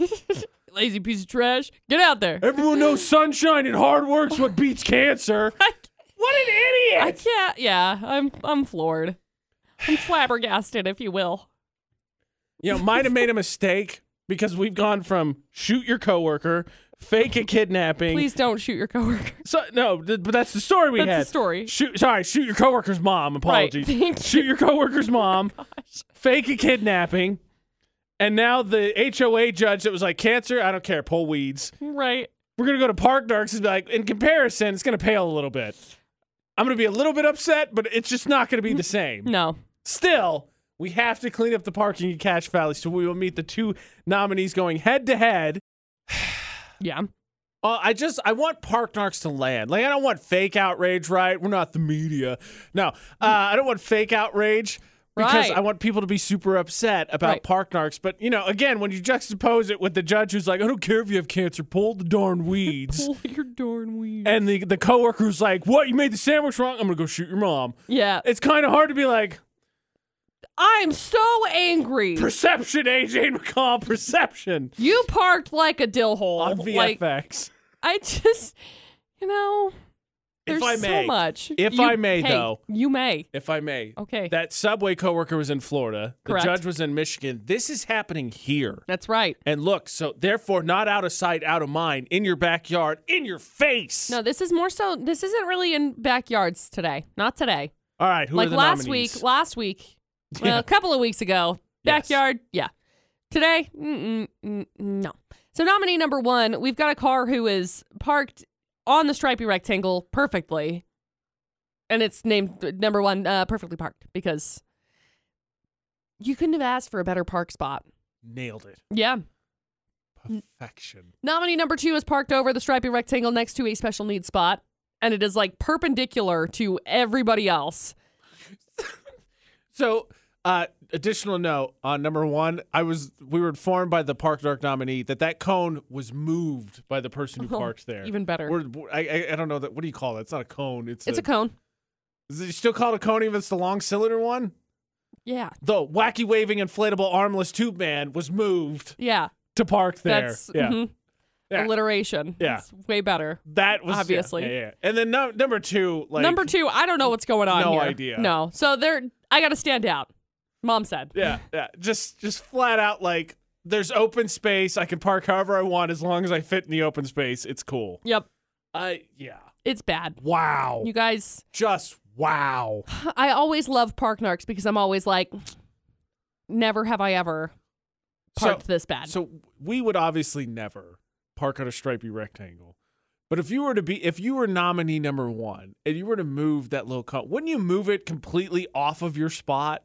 S2: Lazy piece of trash. Get out there.
S1: Everyone knows sunshine and hard work's what beats cancer. What an
S2: I
S1: idiot!
S2: can't. Yeah, I'm I'm floored. I'm flabbergasted, if you will.
S1: You know, might have made a mistake because we've gone from shoot your coworker, fake a kidnapping.
S2: Please don't shoot your coworker.
S1: So, no, th- but that's the story we
S2: That's
S1: had.
S2: the story.
S1: Shoot, sorry, shoot your coworker's mom. Apologies.
S2: Right. Thank Oh
S1: shoot your coworker's mom. fake a kidnapping, and now the HOA judge that was like cancer. I don't care. Pull weeds.
S2: Right.
S1: we're gonna go to Park Narks and be like, in comparison, it's gonna pale a little bit. I'm gonna be a little bit upset, but it's just not gonna be the same.
S2: No.
S1: Still, we have to clean up the parking in Cache Valley, so we will meet the two nominees going head to head.
S2: Yeah.
S1: Uh, I just I want Park Narks to land. Like I don't want fake outrage, right? We're not the media. No, uh, I don't want fake outrage because
S2: Right.
S1: I want people to be super upset about
S2: Right.
S1: Park Narks. But you know, again, when you juxtapose it with the judge who's like, I don't care if you have cancer, pull the darn weeds.
S2: Pull your darn weed.
S1: and the the coworker's like, "What? You made the sandwich wrong. I'm gonna go shoot your mom."
S2: Yeah.
S1: It's kind of hard to be like
S2: I'm so angry.
S1: perception, AJ McCall, perception
S2: You parked Oh, like a dill hole.
S1: on
S2: Like
S1: VFX.
S2: I just, you know, There's
S1: I may.
S2: so much.
S1: If
S2: You-
S1: I may,
S2: hey,
S1: though.
S2: You may.
S1: If I may,
S2: Okay.
S1: that Subway coworker was in Florida. The
S2: Correct.
S1: judge was in Michigan. This is happening here.
S2: That's right.
S1: And look, so therefore, not out of sight, out of mind, in your backyard, in your face.
S2: No, this is more so. This isn't really in backyards today. Not today.
S1: All right, who are
S2: like
S1: the
S2: last
S1: nominees?
S2: week. Last week. Well,
S1: Yeah.
S2: a couple of weeks ago.
S1: Yes.
S2: Backyard. Yeah. Today. Mm-mm, mm, no. So nominee number one, we've got a car who is parked on the stripy rectangle perfectly, and it's named uh, number one, uh, perfectly parked because you couldn't have asked for a better park spot.
S1: Nailed it.
S2: Yeah.
S1: Perfection.
S2: Nominee number two is parked over the stripy rectangle next to a special needs spot, and it is like perpendicular to everybody else.
S1: So, uh, additional note on number one, I was we were informed by the Park Dark nominee that that cone was moved by the person who
S2: Oh,
S1: parked there.
S2: even better.
S1: We're, I, I I don't know that. What do you call it? It's not a cone. It's,
S2: It's
S1: a,
S2: a cone.
S1: Is it still called a cone even if it's the long cylinder one?
S2: Yeah.
S1: The wacky waving inflatable armless tube man was moved
S2: Yeah.
S1: to park there.
S2: That's
S1: yeah,
S2: mhm.
S1: Yeah.
S2: alliteration.
S1: Yeah.
S2: It's way better.
S1: that was yeah,
S2: Obviously.
S1: Yeah, yeah. And then no, number two, like
S2: Number two, I don't know what's going on
S1: No
S2: here.
S1: idea.
S2: No. So there, I got to stand out. Mom said.
S1: Yeah, yeah. Just just flat out like there's open space. I can park however I want as long as I fit in the open space. It's cool.
S2: Yep.
S1: I yeah.
S2: It's bad.
S1: Wow.
S2: You guys,
S1: Just wow.
S2: I always love park narcs because I'm always like, never have I ever parked
S1: So-
S2: this bad.
S1: So we would obviously never park on a stripy rectangle. But if you were to be if you were nominee number 1 and you were to move that little cone, wouldn't you move it completely off of your spot?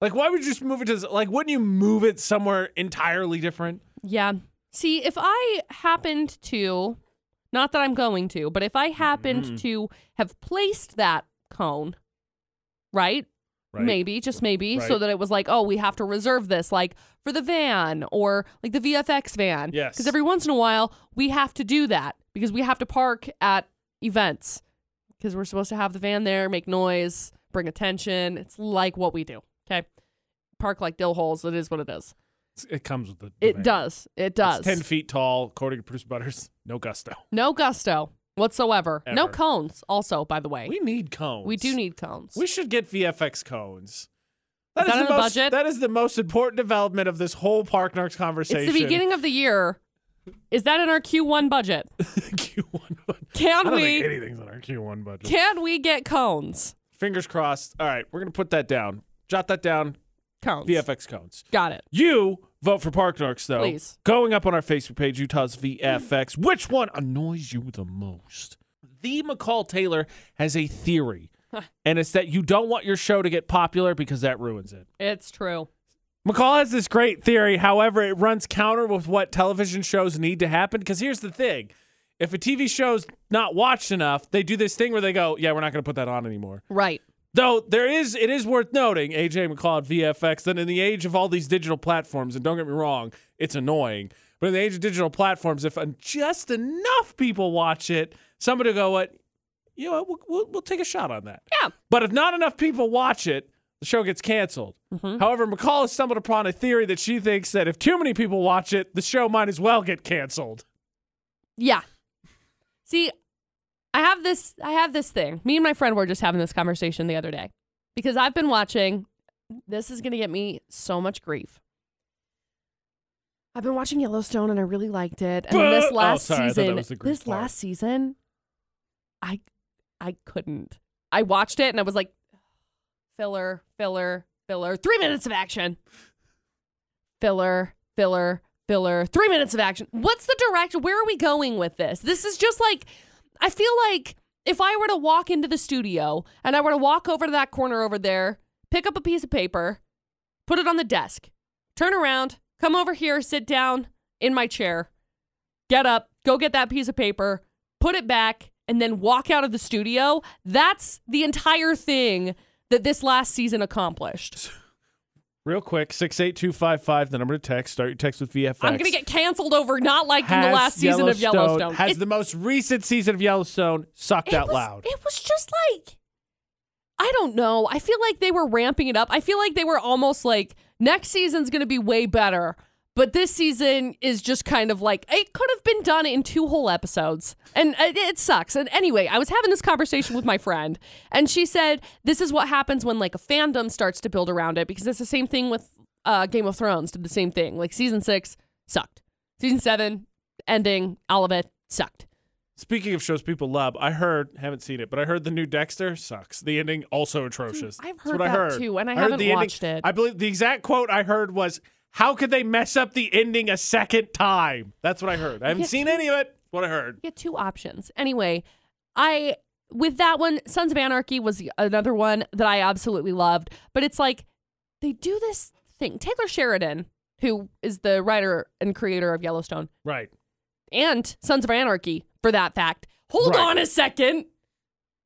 S1: Like why would you just move it to like wouldn't you move it somewhere entirely different?
S2: Yeah. See, if I happened to, not that I'm going to, but if I happened
S1: Mm.
S2: to have placed that cone, right? Maybe, just maybe, so
S1: Right.
S2: that it was like, oh, we have to reserve this, like for the van or like the VFX van.
S1: Yes.
S2: Because every once in a while, we have to do that because we have to park at events because we're supposed to have the van there, make noise, bring attention. It's like what we do. Okay. Park like dill holes. It is what it is.
S1: It comes with the, the
S2: It
S1: van.
S2: does. It does.
S1: It's 10 feet tall, according to producer Butters. No gusto.
S2: No gusto whatsoever. No
S1: Ever.
S2: cones, also, by the way.
S1: We need cones.
S2: We do need cones.
S1: We should get VFX cones.
S2: Is that
S1: the
S2: in the
S1: most,
S2: budget?
S1: That is the most important development of this whole Park Narcs
S2: it's
S1: conversation.
S2: the beginning of the year. Is that in our Q1 budget?
S1: Q1 budget. I
S2: Can
S1: don't think
S2: we
S1: anything's on our Q1 budget.
S2: can we get cones?
S1: Fingers crossed. All right, we're going to put that down. Jot that down.
S2: Cones.
S1: VFX cones.
S2: Got it.
S1: You vote for Park Narcs, though.
S2: Please.
S1: Going up on our Facebook page, Utah's VFX. Which one annoys you the most? The McCall Taylor has a theory, and it's that you don't want your show to get popular because that ruins it.
S2: It's true.
S1: McCall has this great theory. However, it runs counter with what television shows need to happen. Because here's the thing if a TV show's not watched enough, they do this thing where they go, yeah, we're not going to put that on anymore.
S2: Right.
S1: Though there is, it is worth noting, AJ McCall at VFX, that in the age of all these digital platforms, and don't get me wrong, it's annoying, but in the age of digital platforms, if uh, just enough people watch it, somebody will go, what, you know, what, we'll, we'll, we'll take a shot on that.
S2: Yeah.
S1: But if not enough people watch it, the show gets canceled.
S2: Mm-hmm.
S1: However, McCall has stumbled upon a theory that she thinks that if too many people watch it, the show might as well get canceled.
S2: Yeah. See, I have this I have this thing. Me and my friend were just having this conversation the other day because I've been watching this is going to get me so much grief. I've been watching Yellowstone and I really liked it. And then this
S1: Oh,
S2: last
S1: sorry, I thought that
S2: season
S1: was the grief
S2: this
S1: part.
S2: last season I I couldn't. I watched it and I was like filler, filler, filler, 3 minutes of action. Filler, filler, filler, 3 minutes of action. What's the direction? Where are we going with this? This is just like I feel like if I were to walk into the studio and I were to walk over to that corner over there, pick up a piece of paper, put it on the desk, turn around, come over here, sit down in my chair, get up, go get that piece of paper, put it back, and then walk out of the studio, that's the entire thing that this last season accomplished.
S1: Real quick, 68255, the number to text. Start your text with VFX.
S2: I'm going to get canceled over not liking the
S1: Has
S2: last season of Yellowstone.
S1: Has
S2: It-
S1: the most recent season of Yellowstone sucked out
S2: was,
S1: loud.
S2: It was just like I don't know. I feel like they were ramping it up. I feel like they were almost like next season's going to be way better. But this season is just kind of like it could have been done in two whole episodes, and uh, it, it sucks. And anyway, I was having this conversation with my friend, and she said this is what happens when like a fandom starts to build around it because it's the same thing with uh, Game of Thrones did the same thing. Like season six sucked, season seven ending, all of it sucked.
S1: Speaking of shows people love, I heard haven't seen it, but I heard the new Dexter sucks. The ending also atrocious.
S2: I've
S1: That's
S2: heard
S1: what I
S2: that
S1: heard.
S2: too, and I
S1: heard
S2: haven't
S1: the ending-
S2: watched it.
S1: I believe the exact quote I heard was, "How could they mess up the ending a second time?" That's what I heard. I haven't
S2: Yeah.
S1: seen any of it. That's What I heard.
S2: You had two options. Anyway, I with that one, Sons of Anarchy was the- another one that I absolutely loved. But it's like they do this thing. Taylor Sheridan, who is the writer and creator of Yellowstone
S1: Right.
S2: and Sons of Anarchy, for that fact. Hold
S1: Right.
S2: on a second.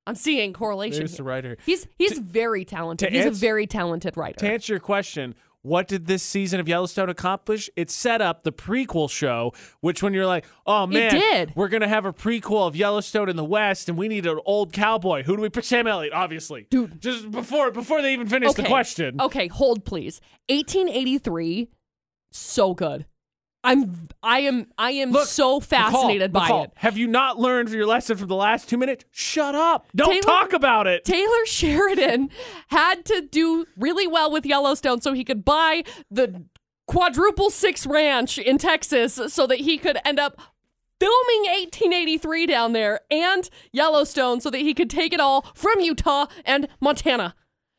S2: I'm seeing correlation.
S1: There's the writer.
S2: here. He's he's very talented.
S1: to
S2: He's
S1: ans-
S2: a very talented writer.
S1: To answer your question, what did this season of Yellowstone accomplish? It set up the prequel show, which when you're like, oh man,
S2: did.
S1: we're gonna have a prequel of Yellowstone in the West, and we need an old cowboy. Who do we put? Sam Elliott, obviously.
S2: Dude.
S1: just before before they even finish the question.
S2: Okay, Oh, hold please. 1883, so good. I'm I am I am
S1: Look,
S2: so fascinated
S1: McCall,
S2: by
S1: McCall,
S2: it.
S1: Have you not learned your lesson from the last two minutes? Shut up! Don't
S2: Taylor-
S1: talk about it.
S2: Taylor Sheridan had to do really well with Yellowstone so he could buy the quadruple six ranch in Texas so that he could end up filming 1883 down there and Yellowstone so that he could take it all from Utah and Montana.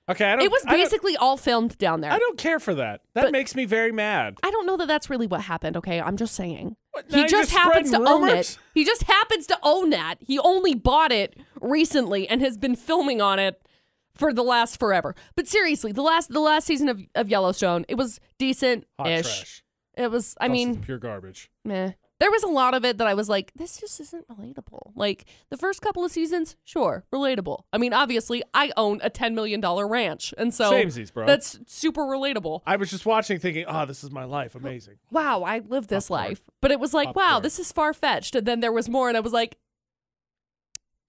S1: okay, I don't.
S2: It was
S1: I don't-
S2: basically all filmed down there.
S1: I don't care for that. That
S2: But-
S1: makes me very mad.
S2: I don't know that that's really what happened. Okay, I'm just saying.
S1: What, now
S2: he
S1: you're
S2: just,
S1: just
S2: happens to
S1: spreading
S2: own
S1: rumors?
S2: it. He just happens to own that. He only bought it recently and has been filming on it for the last forever. But seriously, the last the last season of, of Yellowstone, it was decent
S1: Hot
S2: ish.
S1: trash.
S2: It was. I
S1: Plus,
S2: mean,
S1: it's pure garbage.
S2: meh. There was a lot of it that I was like, this just isn't relatable. Like the first couple of seasons, sure, relatable. I mean, obviously, I own a ten million dollar ranch, and so
S1: Samesies, bro.
S2: that's super relatable.
S1: I was just watching, thinking, "Oh, this is my life. Amazing."
S2: wow, I live this
S1: Popcorn.
S2: life. But it was like, wow,
S1: Popcorn.
S2: this is far fetched. And then there was more, and I was like,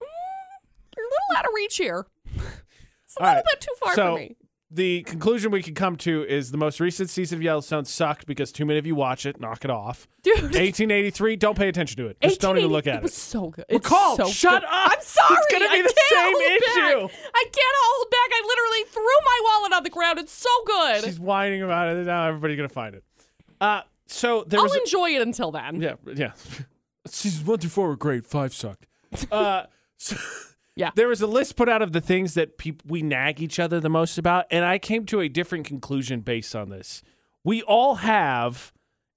S2: mm, you're a little out of reach here. it's a
S1: All
S2: little
S1: right,
S2: bit too far
S1: so-
S2: for me.
S1: The conclusion we can come to is the most recent season of Yellowstone sucked because too many of you watch it. Knock it off.
S2: Dude,
S1: 1883. Don't pay attention to it. Just don't even look
S2: 1880
S1: at
S2: It
S1: it.
S2: was so good. It's
S1: McCall,
S2: so
S1: shut
S2: good.
S1: up.
S2: I'm sorry.
S1: It's gonna be
S2: I
S1: the
S2: can't
S1: same
S2: hold
S1: issue.
S2: Back. I can't hold back. I literally threw my wallet on the ground. It's so good.
S1: She's whining about it. and Now everybody's gonna find it. Uh, so there
S2: I'll
S1: was. a-
S2: enjoy it until then.
S1: Yeah, yeah. Seasons one through four were great. Five sucked. Uh, so-
S2: Yeah.
S1: There was a list put out of the things that peop- we nag each other the most about, and I came to a different conclusion based on this. We all have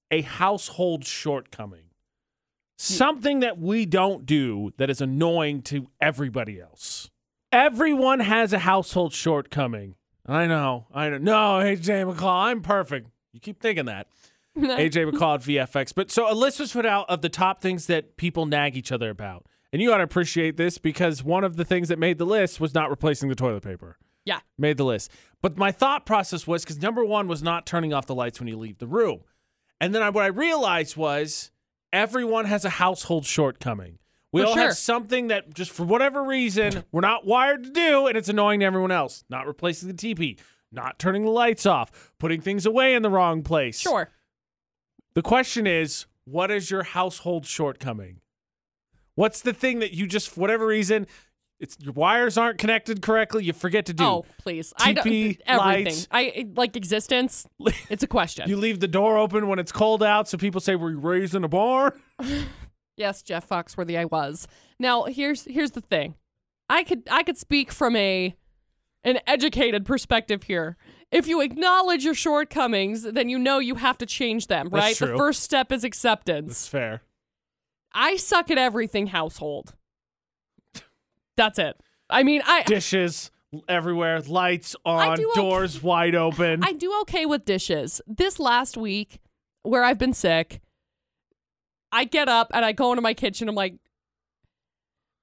S1: a household shortcoming, something that we don't do that is annoying to everybody else. Everyone has a household shortcoming. I know. I know. No, AJ McCall, I'm perfect. You keep thinking that. AJ McCall at VFX. But so a list was put out of the top things that people nag each other about. And you ought to appreciate this because one of the things that made the list was not replacing the toilet paper.
S2: Yeah.
S1: Made the list. But my thought process was because number one was not turning off the lights when you leave the room. And then I, what I realized was everyone has a household shortcoming. We
S2: For
S1: all
S2: sure.
S1: have something that just for whatever reason we're not wired to do, and it's annoying to everyone else. Not replacing the teepee, not turning the lights off, putting things away in the wrong place.
S2: Sure.
S1: The question is, what is your household shortcoming? What's the thing that you just, for whatever reason, it's your wires aren't connected correctly. You forget to do.
S2: oh, please. I don't
S1: TP,
S2: everything.
S1: lights.
S2: I like existence. It's a question.
S1: You leave the door open when it's cold out, so people say we're raising a barn.
S2: Yes, Jeff Foxworthy, I was. Now here's here's the thing. I could I could speak from a an educated perspective here. If you acknowledge your shortcomings, then you know you have to change them,
S1: That's
S2: right? The
S1: true.
S2: first step is acceptance.
S1: That's fair.
S2: I suck at everything household. That's it. I mean, I
S1: Dishes everywhere, lights on,
S2: do okay.
S1: doors wide open.
S2: I do okay with dishes. This last week, where I've been sick, I get up and I go into my kitchen. I'm like,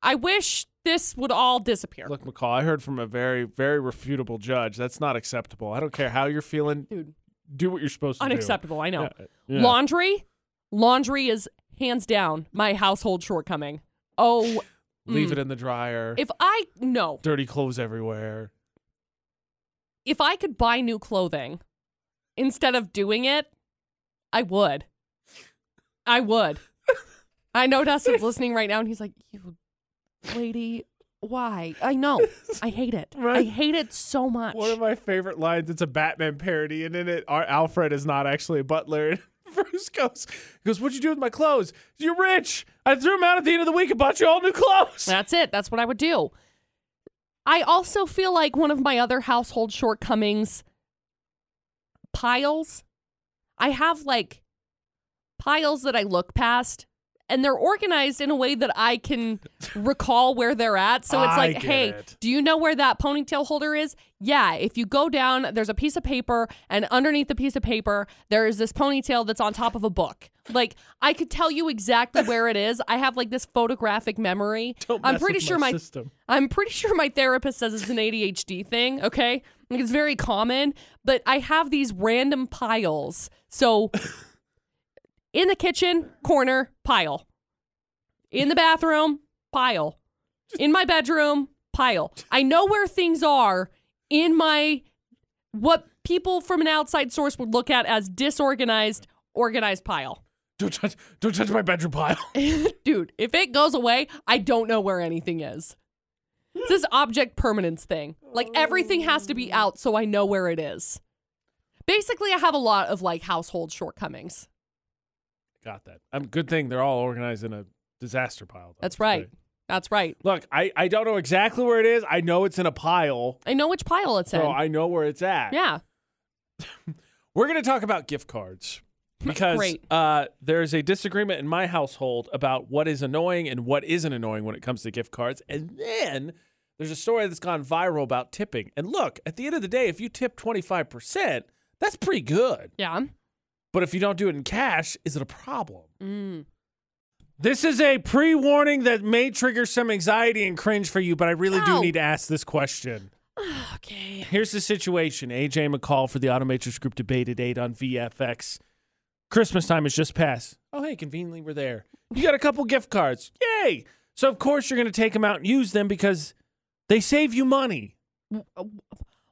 S2: I wish this would all disappear.
S1: Look, McCall, I heard from a very, very refutable judge. That's not acceptable. I don't care how you're feeling.
S2: Dude,
S1: Do what you're supposed to
S2: unacceptable. I
S1: do.
S2: know.
S1: Yeah, yeah.
S2: Laundry, laundry is hands down my household shortcoming. Oh,
S1: Leave it in the dryer.
S2: if I no,
S1: Dirty clothes everywhere.
S2: if I could buy new clothing instead of doing it, I would. I would. I know Dustin's listening right now and he's like, You lady, why? I know. I hate it. I
S1: Right.
S2: hate it so much.
S1: One of my favorite lines. It's a Batman parody, and in it, our Alfred is not actually a butler. And Bruce goes, he "Goes, what'd you do with my clothes? You're rich. I threw them out at the end of the week and bought you all new clothes."
S2: That's it. That's what I would do. I also feel like one of my other household shortcomings piles. I have like piles that I look past and they're organized in a way that I can recall where they're at. So it's
S1: I
S2: like,
S1: get
S2: hey,
S1: it.
S2: do you know where that ponytail holder is? Yeah, if you go down, there's a piece of paper and underneath the piece of paper, there is this ponytail that's on top of a book. Like I could tell you exactly where it is. I have like this photographic memory.
S1: Don't
S2: I'm
S1: mess
S2: pretty
S1: with
S2: sure
S1: my
S2: my
S1: system.
S2: I'm pretty sure my therapist says it's an ADHD thing, okay? Like it's very common, but I have these random piles. So in the kitchen, corner, pile. In the bathroom, pile. In my bedroom, pile. I know where things are in my what people from an outside source would look at as disorganized, organized pile.
S1: Don't touch, don't touch my bedroom pile.
S2: Dude, if it goes away, I don't know where anything is. It's this object permanence thing. Like everything has to be
S1: Oh.
S2: out so I know where it is. Basically, I have a lot of like household shortcomings.
S1: Got that. Um, good thing they're all organized in a disaster pile. though.
S2: That's right. That's right.
S1: Look, I, I don't know exactly where it is. I know it's in a pile,
S2: I know which pile it's in.
S1: so I know where it's at.
S2: yeah.
S1: We're going to talk about gift cards because
S2: Hmm, Great.
S1: uh, there's a disagreement in my household about what is annoying and what isn't annoying when it comes to gift cards. And then there's a story that's gone viral about tipping. And look, at the end of the day, if you tip 25%, that's pretty good.
S2: Yeah.
S1: But if you don't do it in cash, is it a problem?
S2: Mm.
S1: This is a pre warning that may trigger some anxiety and cringe for you, but I really do
S2: Ow.
S1: need to ask this question.
S2: Okay.
S1: Here's the situation. AJ McCall for the Automatrix Group debate at 8 on VFX. Christmas time has just passed. Oh, hey, conveniently we're there. You got a couple gift cards. Yay! So, of course, you're going to take them out and use them because they save you money.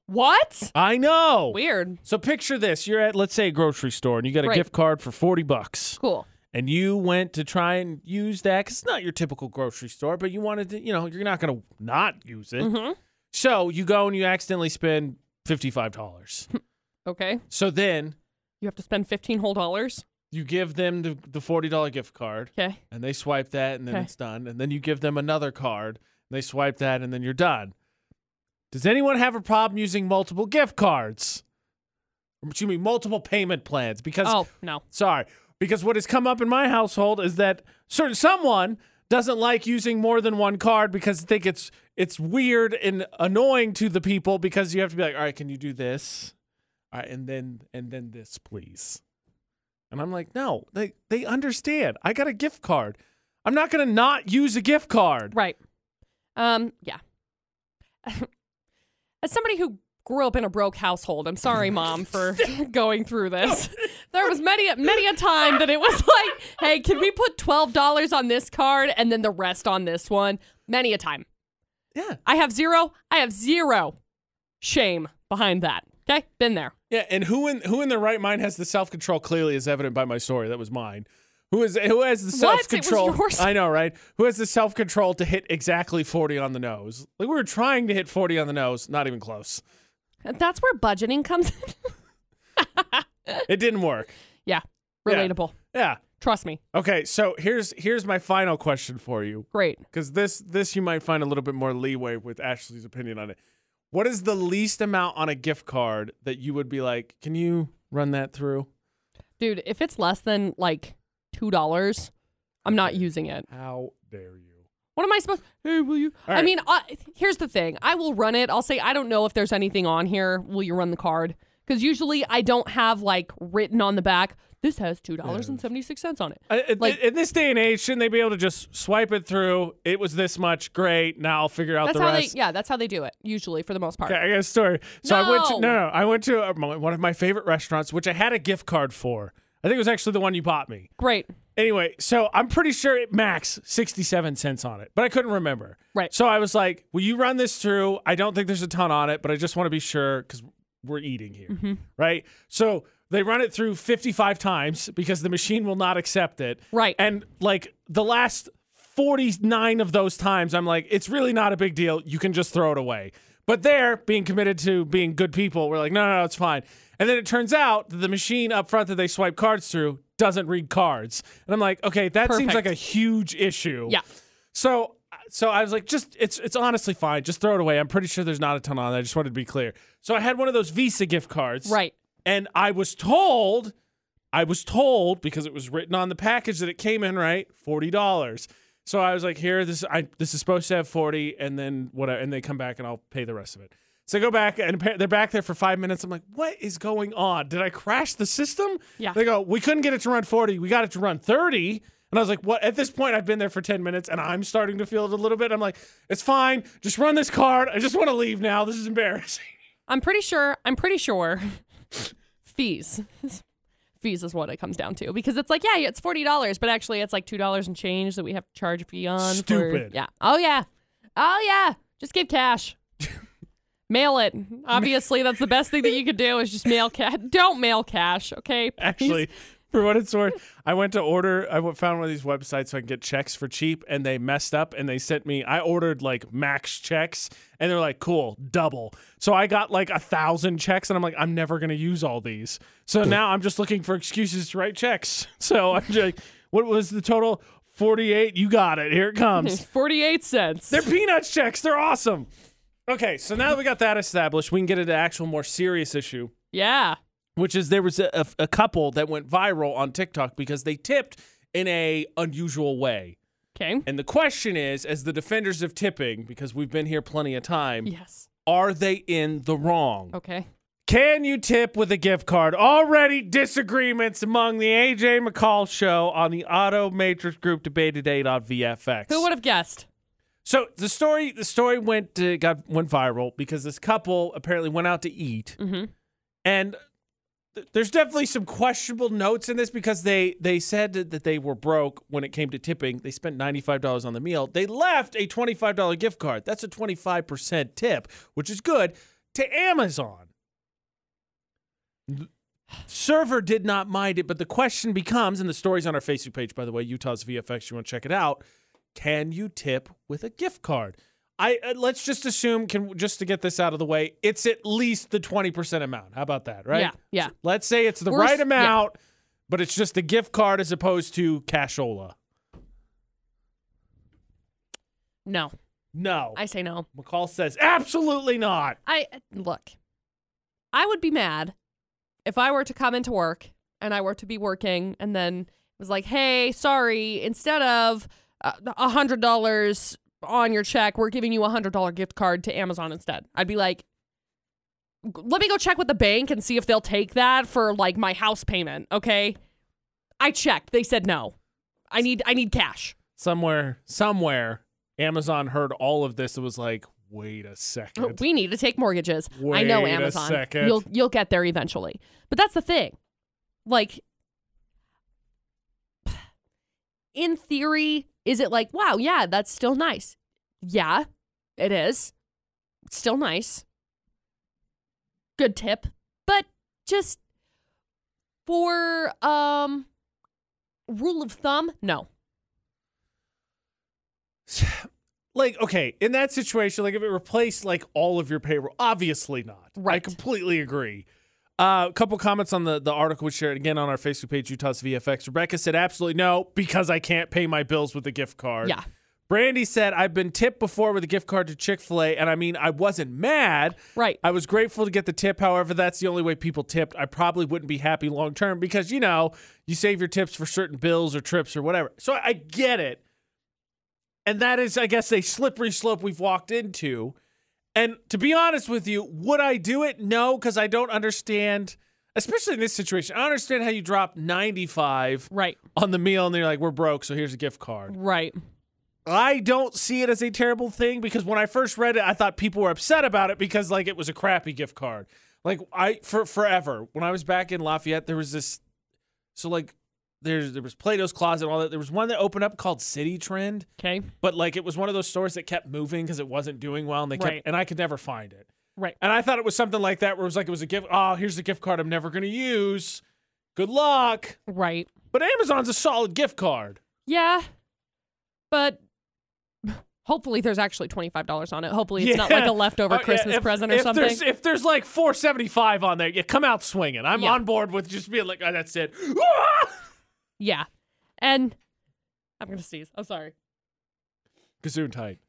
S2: What?
S1: I know.
S2: Weird.
S1: so, picture this you're at, let's say, a grocery store and you got a
S2: Right.
S1: gift card for 40 bucks
S2: Cool.
S1: and you went to try and use that because it's not your typical grocery store, but you wanted to, you know, you're not going to not use it.
S2: Mhm.
S1: So, you go and you accidentally spend $55.
S2: Okay.
S1: So then
S2: You have to spend 15 whole dollars.
S1: you give them the, the forty dollar gift card,
S2: Okay.
S1: and they swipe that, and then
S2: Okay.
S1: it's done. And then you give them another card, and they swipe that, and then you're done. Does anyone have a problem using multiple gift cards? Or Excuse me, multiple payment plans. Because
S2: Oh, no.
S1: sorry, because what has come up in my household is that certain someone doesn't like using more than one card because they think it's it's weird and annoying to the people because you have to be like, all right, can you do this? All right, and then and then this, please. And I'm like, no, they they understand. I got a gift card. I'm not gonna not use a gift card.
S2: Right. Um, yeah. As somebody who grew up in a broke household, I'm sorry, mom, for going through this. There was many many a time that it was like, hey, can we put twelve dollars on this card and then the rest on this one? Many a time.
S1: Yeah.
S2: I have zero. I have zero shame behind that. Okay? Been there.
S1: Yeah, and who in who in their right mind has the self control? Clearly, is evident by my story. That was mine. Who is who has the self
S2: What? It was
S1: control?
S2: yours.
S1: I know, right? Who has the self control to hit exactly forty on the nose? Like we were trying to hit forty on the nose, not even close.
S2: Uh, That's where budgeting comes in.
S1: It didn't work.
S2: yeah.
S1: Yeah.
S2: Relatable.
S1: Yeah.
S2: Trust me.
S1: Okay. So here's here's my final question for you,
S2: Great.
S1: because this this you might find a little bit more leeway with Ashley's opinion on it. What is the least amount on a gift card that you would be like? Can you run that through?
S2: Dude, if it's less than like two dollars, I'm not using it.
S1: How dare you?
S2: What am I supposed? Hey, will you?
S1: All
S2: I
S1: right.
S2: mean, uh, here's the thing. I will run it. I'll say I don't know if there's anything on here. Will you run the card? Because usually I don't have like written on the back. This has two dollars and seventy six cents on it.
S1: I- I-
S2: Like-
S1: in this day and age, shouldn't they be able to just swipe it through? It was this much. Great. Now I'll figure out
S2: That's
S1: the
S2: how
S1: rest.
S2: they. Yeah, that's how they do it usually for the most part.
S1: Okay, I got a story. So I went to
S2: No.
S1: no, no, I went to uh, my- one of my favorite restaurants, which I had a gift card for. I think it was actually the one you bought me.
S2: Great.
S1: Anyway, so I'm pretty sure it max 67 cents on it, but I couldn't remember.
S2: Right.
S1: So I was like, will you run this through?
S2: Mm-hmm.
S1: I don't think there's a ton on it, but I just want to be sure because we're eating here. Right. So They run it through 55 times because the machine will not accept it.
S2: Right.
S1: And like the last 49 of those times, I'm like, it's really not a big deal. You can just throw it away. But they're being committed to being good people. We're like, no, no, no, it's fine. And then it turns out that the machine up front that they swipe cards through doesn't read cards. And I'm like, okay, that seems
S2: Perfect.
S1: like a huge issue.
S2: Yeah.
S1: So so I was like, just it's it's honestly fine. Just throw it away. I'm pretty sure there's not a ton on it. I just wanted to be clear. So I had one of those Visa gift cards.
S2: Right.
S1: And I was told, I was told because it was written on the package that it came in right, forty dollars. So I was like, here, this I this is supposed to have forty, and then whatever, and they come back and I'll pay the rest of it. So I go back and appa- they're back there for five minutes. I'm like, what is going on? Did I crash the system?
S2: Yeah.
S1: They go, we couldn't get it to run forty, we got it to run thirty. And I was like, what? At this point, I've been there for 10 minutes and I'm starting to feel it a little bit. I'm like, it's fine. Just run this card. I just want to leave now. This is embarrassing.
S2: I'm pretty sure. I'm pretty sure. fees. Fees is what it comes down to because it's like, yeah, it's forty dollars, but actually it's like two dollars and change that we have to charge a fee on. for-
S1: Stupid.
S2: yeah. Oh yeah. Oh yeah. Just give cash. mail it. Obviously, that's the best thing that you could do is just mail cash. Don't mail cash, okay? Please.
S1: Actually, for what it's worth, I went to order. I w- found one of these websites so I can get checks for cheap, and they messed up and they sent me. I ordered like max checks, and they're like, "Cool, double." So I got like a thousand checks, and I'm like, "I'm never gonna use all these." So now I'm just looking for excuses to write checks. So I'm just like, "What was the total? Forty-eight. You got it. Here it comes."
S2: forty-eight cents.
S1: They're peanuts checks. They're awesome. Okay, so now that we got that established, we can get into the actual more serious issue
S2: yeah.
S1: which is there was a, a, a couple that went viral on TikTok because they tipped in a unusual way.
S2: Okay.
S1: And the question is, as the defenders of tipping, because we've been here plenty of time,
S2: Yes.
S1: are they in the wrong?
S2: Okay.
S1: Can you tip with a gift card? Already disagreements among the AJ McCall show on the Auto Matrix Group debate today on VFX.
S2: Who would have guessed?
S1: So the story the story went uh, got went viral because this couple apparently went out to eat, and th- there's definitely some questionable notes in this because they they said that that they were broke when it came to tipping. They spent ninety five dollars on the meal. They left a twenty five dollar gift card. That's a twenty five percent tip, which is good to Amazon. Server did not mind it, but the question becomes, and the story's on our Facebook page, by the way, Utah's VFX. You want to check it out? Can you tip with a gift card? I uh, let's just assume, can just to get this out of the way, it's at least the twenty percent amount. How about that? Right?
S2: Yeah, yeah.
S1: let's say it's the
S2: We're
S1: right
S2: s- yeah.
S1: amount, but it's just a gift card as opposed to cashola.
S2: No.
S1: No,
S2: I say no.
S1: McCall says absolutely not.
S2: I look. I would be mad if I were to come into work and I were to be working and then it was like, "Hey, sorry, instead of uh, a hundred dollars on your check, we're giving you a hundred dollar gift card to Amazon instead." I'd be like, "Let me go check with the bank and see if they'll take that for like my house payment." Okay, I checked. They said no. I need I need cash.
S1: Somewhere, somewhere, Amazon heard all of this and was like, "Wait a second.
S2: Oh, We need to take mortgages. I know
S1: Wait a
S2: Amazon.
S1: second.
S2: You'll you'll get there eventually. But that's the thing. Like in theory, is it like, wow, yeah, that's still nice. Yeah, it is. It's still nice. Good tip. But just for um rule of thumb, no.
S1: like okay in that situation like if it replaced like all of your payroll obviously not i
S2: Right.
S1: completely agree uh, a couple comments on the, the article we shared again on our facebook page utah's vfx rebecca said absolutely no because i can't pay my bills with a gift card
S2: Yeah.
S1: brandy said i've been tipped before with a gift card to chick-fil-a and i mean i wasn't mad
S2: Right.
S1: I was grateful to get the tip. However, that's the only way people tipped. I probably wouldn't be happy long term because, you know, you save your tips for certain bills or trips or whatever. So I get it. And that is, I guess, a slippery slope we've walked into. And to be honest with you, would I do it? No, because I don't understand, especially in this situation. I don't understand how you drop 95
S2: Right.
S1: on the meal and then you're like, we're broke, so here's a gift card.
S2: Right.
S1: I don't see it as a terrible thing because when I first read it, I thought people were upset about it because like it was a crappy gift card. Like I for forever when I was back in Lafayette, there was this. So like there's there was Plato's Closet and all that. There was one that opened up called City Trend,
S2: Okay.
S1: but like it was one of those stores that kept moving because it wasn't doing well and they
S2: Right.
S1: kept and I could never find it.
S2: Right.
S1: And I thought it was something like that where it was like it was a gift. Oh, here's the gift card I'm never going to use. Good luck.
S2: Right.
S1: But Amazon's a solid gift card.
S2: Yeah. But hopefully there's actually $25 on it. Hopefully it's not like
S1: Yeah.
S2: a leftover
S1: Oh, yeah,
S2: Christmas
S1: if-
S2: present or
S1: if
S2: something.
S1: There's, if there's like 475 on there, yeah, come out swinging. I'm
S2: Yeah.
S1: on board with just being like, oh, that's it.
S2: Yeah. And I'm going to sneeze. I'm sorry.
S1: Gazoon tight.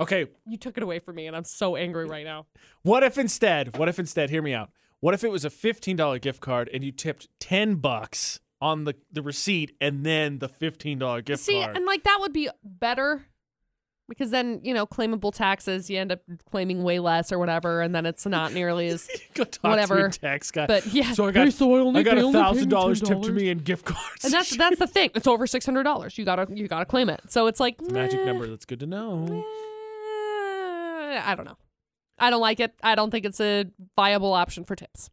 S1: Okay,
S2: You took it away from me and I'm so angry right now.
S1: what if instead, what if instead, hear me out. What if it was a $15 gift card and you tipped 10 bucks on the, the receipt and then the $15 gift
S2: See,
S1: card?
S2: and like that would be better because then, you know, claimable taxes, you end up claiming way less or whatever and then it's not nearly as
S1: Go talk to your
S2: whatever.
S1: tax guy.
S2: But yeah.
S1: So I got,
S2: Hey, so I only-
S1: I got
S2: they
S1: a
S2: only paid me
S1: thousand dollars tipped to
S2: $10.
S1: me in gift cards.
S2: And that's that's the thing. It's over $600. You got to you got to claim it. So it's like
S1: magic
S2: meh.
S1: number. That's good to know.
S2: Uh, I don't know. I don't like it. I don't think it's a viable option for tips.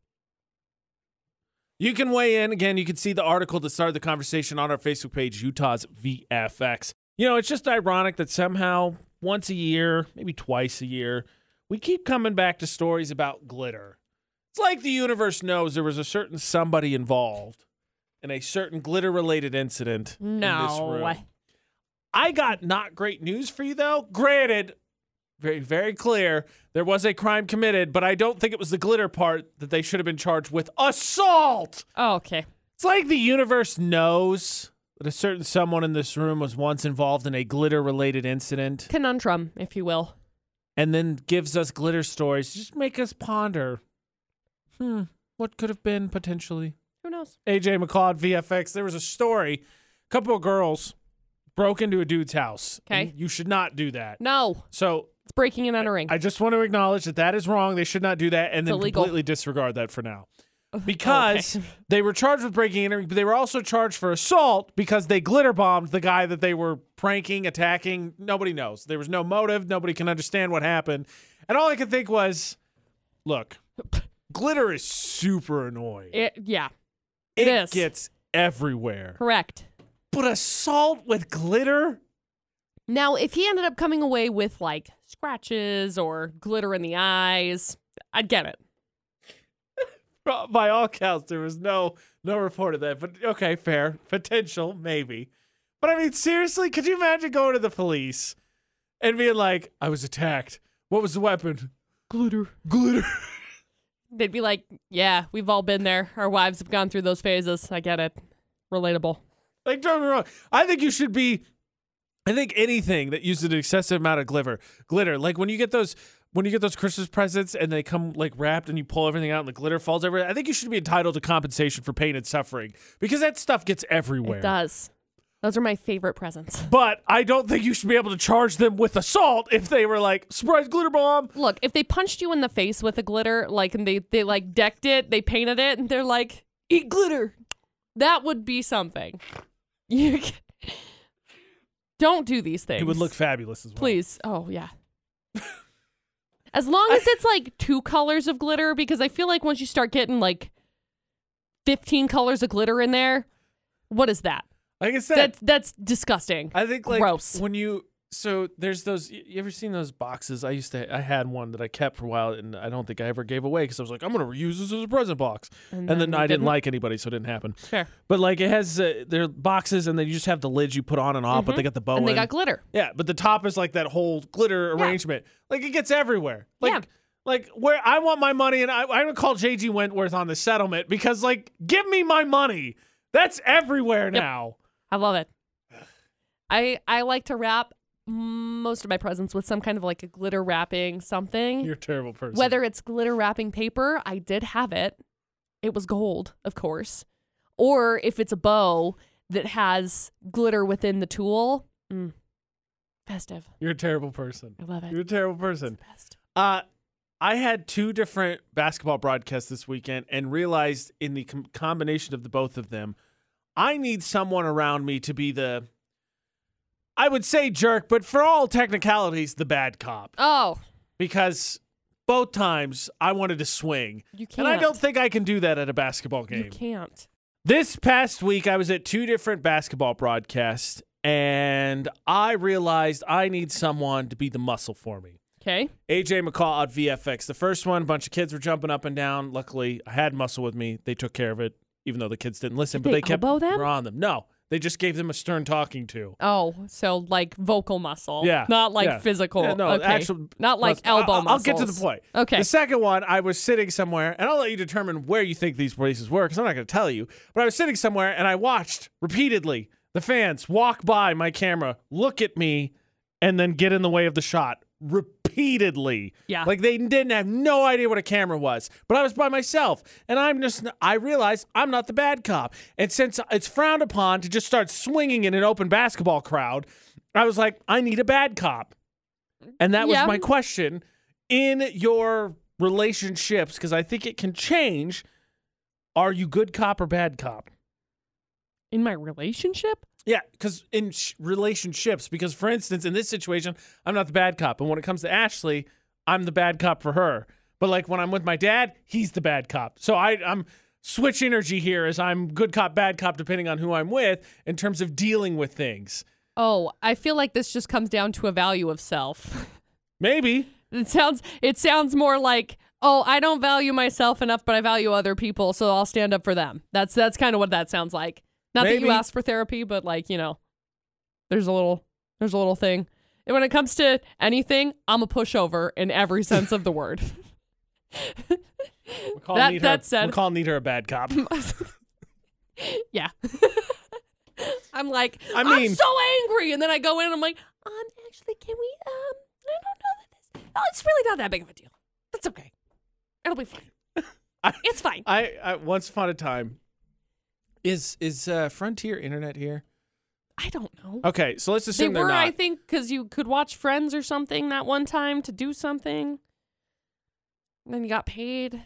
S1: You can weigh in. Again, you can see the article that started the conversation on our Facebook page, Utah's VFX. You know, it's just ironic that somehow once a year, maybe twice a year, we keep coming back to stories about glitter. It's like the universe knows there was a certain somebody involved in a certain glitter related incident in this
S2: No.
S1: room. I got not great news for you though. Granted, very very clear, there was a crime committed, but I don't think it was the glitter part that they should have been charged with assault.
S2: Oh, okay.
S1: It's like the universe knows that a certain someone in this room was once involved in a glitter related incident
S2: Conundrum, if you will.
S1: and then gives us glitter stories to just make us ponder. Hmm, what could have been potentially?
S2: Who knows?
S1: AJ McCloud VFX. There was a story. A couple of girls broke into a dude's house.
S2: Okay.
S1: And You should not do that.
S2: No.
S1: So
S2: It's breaking and entering.
S1: I just want to acknowledge that that is wrong. They should not do that and
S2: It's
S1: then
S2: illegal. Oh,
S1: completely disregard that for now. Because they were charged with breaking and entering, but they were also charged for assault because they glitter bombed the guy that they were pranking, attacking. Nobody knows. There was no motive. Nobody can understand what happened. And all I could think was look, glitter is super annoying.
S2: It- yeah.
S1: It,
S2: is.
S1: gets everywhere.
S2: Correct.
S1: But assault with glitter?
S2: Now, if he ended up coming away with like scratches or glitter in the eyes, I'd get it.
S1: by all counts, there was no no report of that. But okay, fair potential, maybe. But I mean, seriously, could you imagine going to the police and being like, "I was attacked. What was the weapon?
S2: Glitter.
S1: Glitter."
S2: They'd be like, yeah, we've all been there. Our wives have gone through those phases. I get it. Relatable.
S1: like, don't get me wrong. I think you should be. I think anything that uses an excessive amount of glitter, glitter, like when you get those. When you get those Christmas presents and they come like wrapped and you pull everything out and the glitter falls everywhere, I think you should be entitled to compensation for pain and suffering because that stuff gets everywhere.
S2: It does. Those are my favorite presents.
S1: But I don't think you should be able to charge them with assault if they were like surprise glitter bomb.
S2: look, if they punched you in the face with a glitter, like and they they like decked it, they painted it, and they're like, eat glitter. That would be something. You c- don't do these things.
S1: It would look fabulous as well.
S2: Please. Oh yeah. as long as it's like two colors of glitter, because I feel like once you start getting like fifteen colors of glitter in there, what is that?
S1: Like I said,
S2: That's that's disgusting.
S1: I think like
S2: gross.
S1: when you so there's those y- you ever seen those boxes? I used to I had one that I kept for a while and I don't think I ever gave away because I was like I'm gonna reuse this as a present box and, then,
S2: then you
S1: I didn't
S2: didn't?
S1: like anybody so it didn't happen.
S2: Fair.
S1: But like it has uh, their boxes and then you just have the lids you put on and off, but they got the bow
S2: Mm-hmm. And they
S1: in.
S2: got glitter.
S1: Yeah, but the top is like that whole glitter
S2: Yeah.
S1: arrangement. Like it gets everywhere. Like
S2: Yeah.
S1: like where I want my money and I I'm gonna call JG Wentworth on the settlement because like give me my money. That's everywhere now.
S2: I love it. I I like to wrap most of my presents with some kind of like a glitter wrapping something.
S1: You're a terrible person.
S2: Whether it's glitter wrapping paper, I did have it. It was gold, of course. Or if it's a bow that has glitter within the tool, mm, festive.
S1: You're a terrible person.
S2: I love it.
S1: You're a terrible person.
S2: Best.
S1: Uh, I had two different basketball broadcasts this weekend and realized in the com- combination of the both of them, I need someone around me to be the, I would say jerk, but for all technicalities, the bad cop.
S2: Oh,
S1: Because both times I wanted to swing.
S2: you
S1: And
S2: can't.
S1: I don't think I can do that at a basketball
S2: You
S1: game.
S2: can't.
S1: This past week, I was at two different basketball broadcasts, and I realized I need someone to be the muscle for me.
S2: Okay.
S1: AJ McCall at VFX. The first one, a bunch of kids were jumping up and down. Luckily, I had muscle with me. They took care of it, even though the kids didn't listen.
S2: Did
S1: but
S2: they
S1: they, kept
S2: elbow them?
S1: were on them. No, they just gave them a stern talking to.
S2: Oh, so like vocal muscle.
S1: Yeah,
S2: Not like
S1: yeah.
S2: physical.
S1: Yeah, no,
S2: okay.
S1: actual
S2: Not like
S1: Let's- I-
S2: elbow
S1: I- I'll,
S2: muscles.
S1: get to the point.
S2: Okay.
S1: The second one, I was sitting somewhere, and I'll let you determine where you think these places were, because I'm not going to tell you. But I was sitting somewhere, and I watched repeatedly the fans walk by my camera, look at me, and then get in the way of the shot repeatedly.
S2: Yeah.
S1: Like they didn't have no idea what a camera was, but I was by myself, and I'm just I realized I'm not the bad cop, and since it's frowned upon to just start swinging in an open basketball crowd, I was like, I need a bad cop, and that
S2: Yeah.
S1: was my question in your relationships because I think it can change. Are you good cop or bad cop?
S2: In my relationship?
S1: Yeah, because in sh- relationships, because for instance, in this situation, I'm not the bad cop, and when it comes to Ashley, I'm the bad cop for her. But like when I'm with my dad, he's the bad cop. So I, I'm switch energy here as I'm good cop, bad cop, depending on who I'm with in terms of dealing with things.
S2: Oh, I feel like this just comes down to a value of self.
S1: Maybe
S2: It sounds it sounds more like, "Oh, I don't value myself enough, but I value other people, so I'll stand up for them." That's that's kind of what that sounds like. Not that you
S1: Maybe.
S2: asked for therapy, but like, you know, there's a little there's a little thing. And when it comes to anything, I'm a pushover in every sense of the word.
S1: McCall
S2: That-
S1: need
S2: that
S1: her,
S2: said-
S1: McCall need her a bad cop.
S2: yeah. I'm like,
S1: I
S2: I
S1: mean-
S2: am so angry. And then I go in and I'm like, um, actually, can we, um, I don't know that this, no, it's really not that big of a deal. That's okay. It'll be fine.
S1: I-
S2: it's fine.
S1: I, I once upon a time is is uh, Frontier Internet here?
S2: I don't know.
S1: Okay, so let's
S2: they
S1: assume
S2: were,
S1: are not.
S2: I think, because you could watch Friends or something that one time to do something. And then you got paid.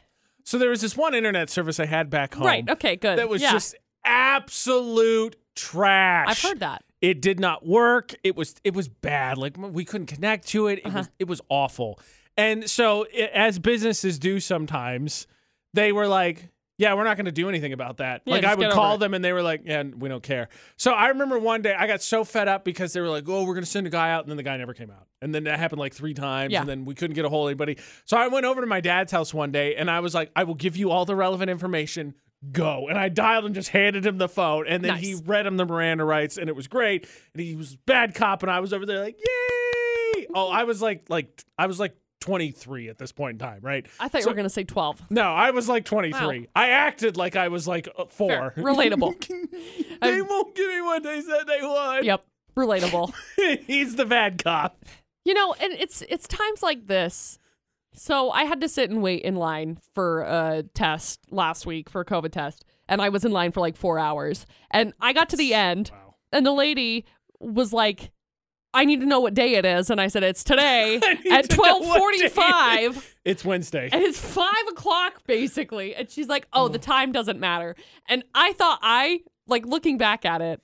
S1: so there was this one internet service I had back home.
S2: Right. Okay, good.
S1: Oh. that was
S2: yeah.
S1: just absolute trash.
S2: I've heard that.
S1: it did not work. It was it was bad. Like we couldn't connect to it. It
S2: Uh-huh.
S1: was it was awful. And so i as businesses do sometimes, they were like, "Yeah, we're not going to do anything about that."
S2: Yeah,
S1: like
S2: just
S1: I would
S2: get over
S1: call
S2: it.
S1: them, and they were like, "Yeah, we don't care." So I remember one day I got so fed up because they were like, "Oh, we're going to send a guy out," and then the guy never came out. And then that happened like three times,
S2: Yeah.
S1: and then we couldn't get a hold of anybody. So I went over to my dad's house one day, and I was like, "I will give you all the relevant information." Go and I dialed and just handed him the phone, and then he
S2: Nice.
S1: read him the Miranda rights, and it was great. And he was bad cop, and I was over there like, yay! Oh, I was like, like I was like 23 at this point in time, right?
S2: I thought you were going to say 12.
S1: No, I was like 23.
S2: Wow.
S1: I acted like I was like uh, four.
S2: Fair. Relatable.
S1: they won't give me what they said they would.
S2: yep. Relatable.
S1: He's the bad cop.
S2: You know, and it's it's times like this. So I had to sit and wait in line for a test last week for a COVID test, and I was in line for like four hours. And I got to the end,
S1: Wow.
S2: and the lady was like, "I need to know what day it is," and I said, "It's today
S1: I need
S2: at
S1: to know
S2: twelve
S1: what day it is."
S2: forty-five,
S1: It's Wednesday.
S2: and it's five o'clock basically." And she's like, "Oh, the time doesn't matter." And I thought I like looking back at it,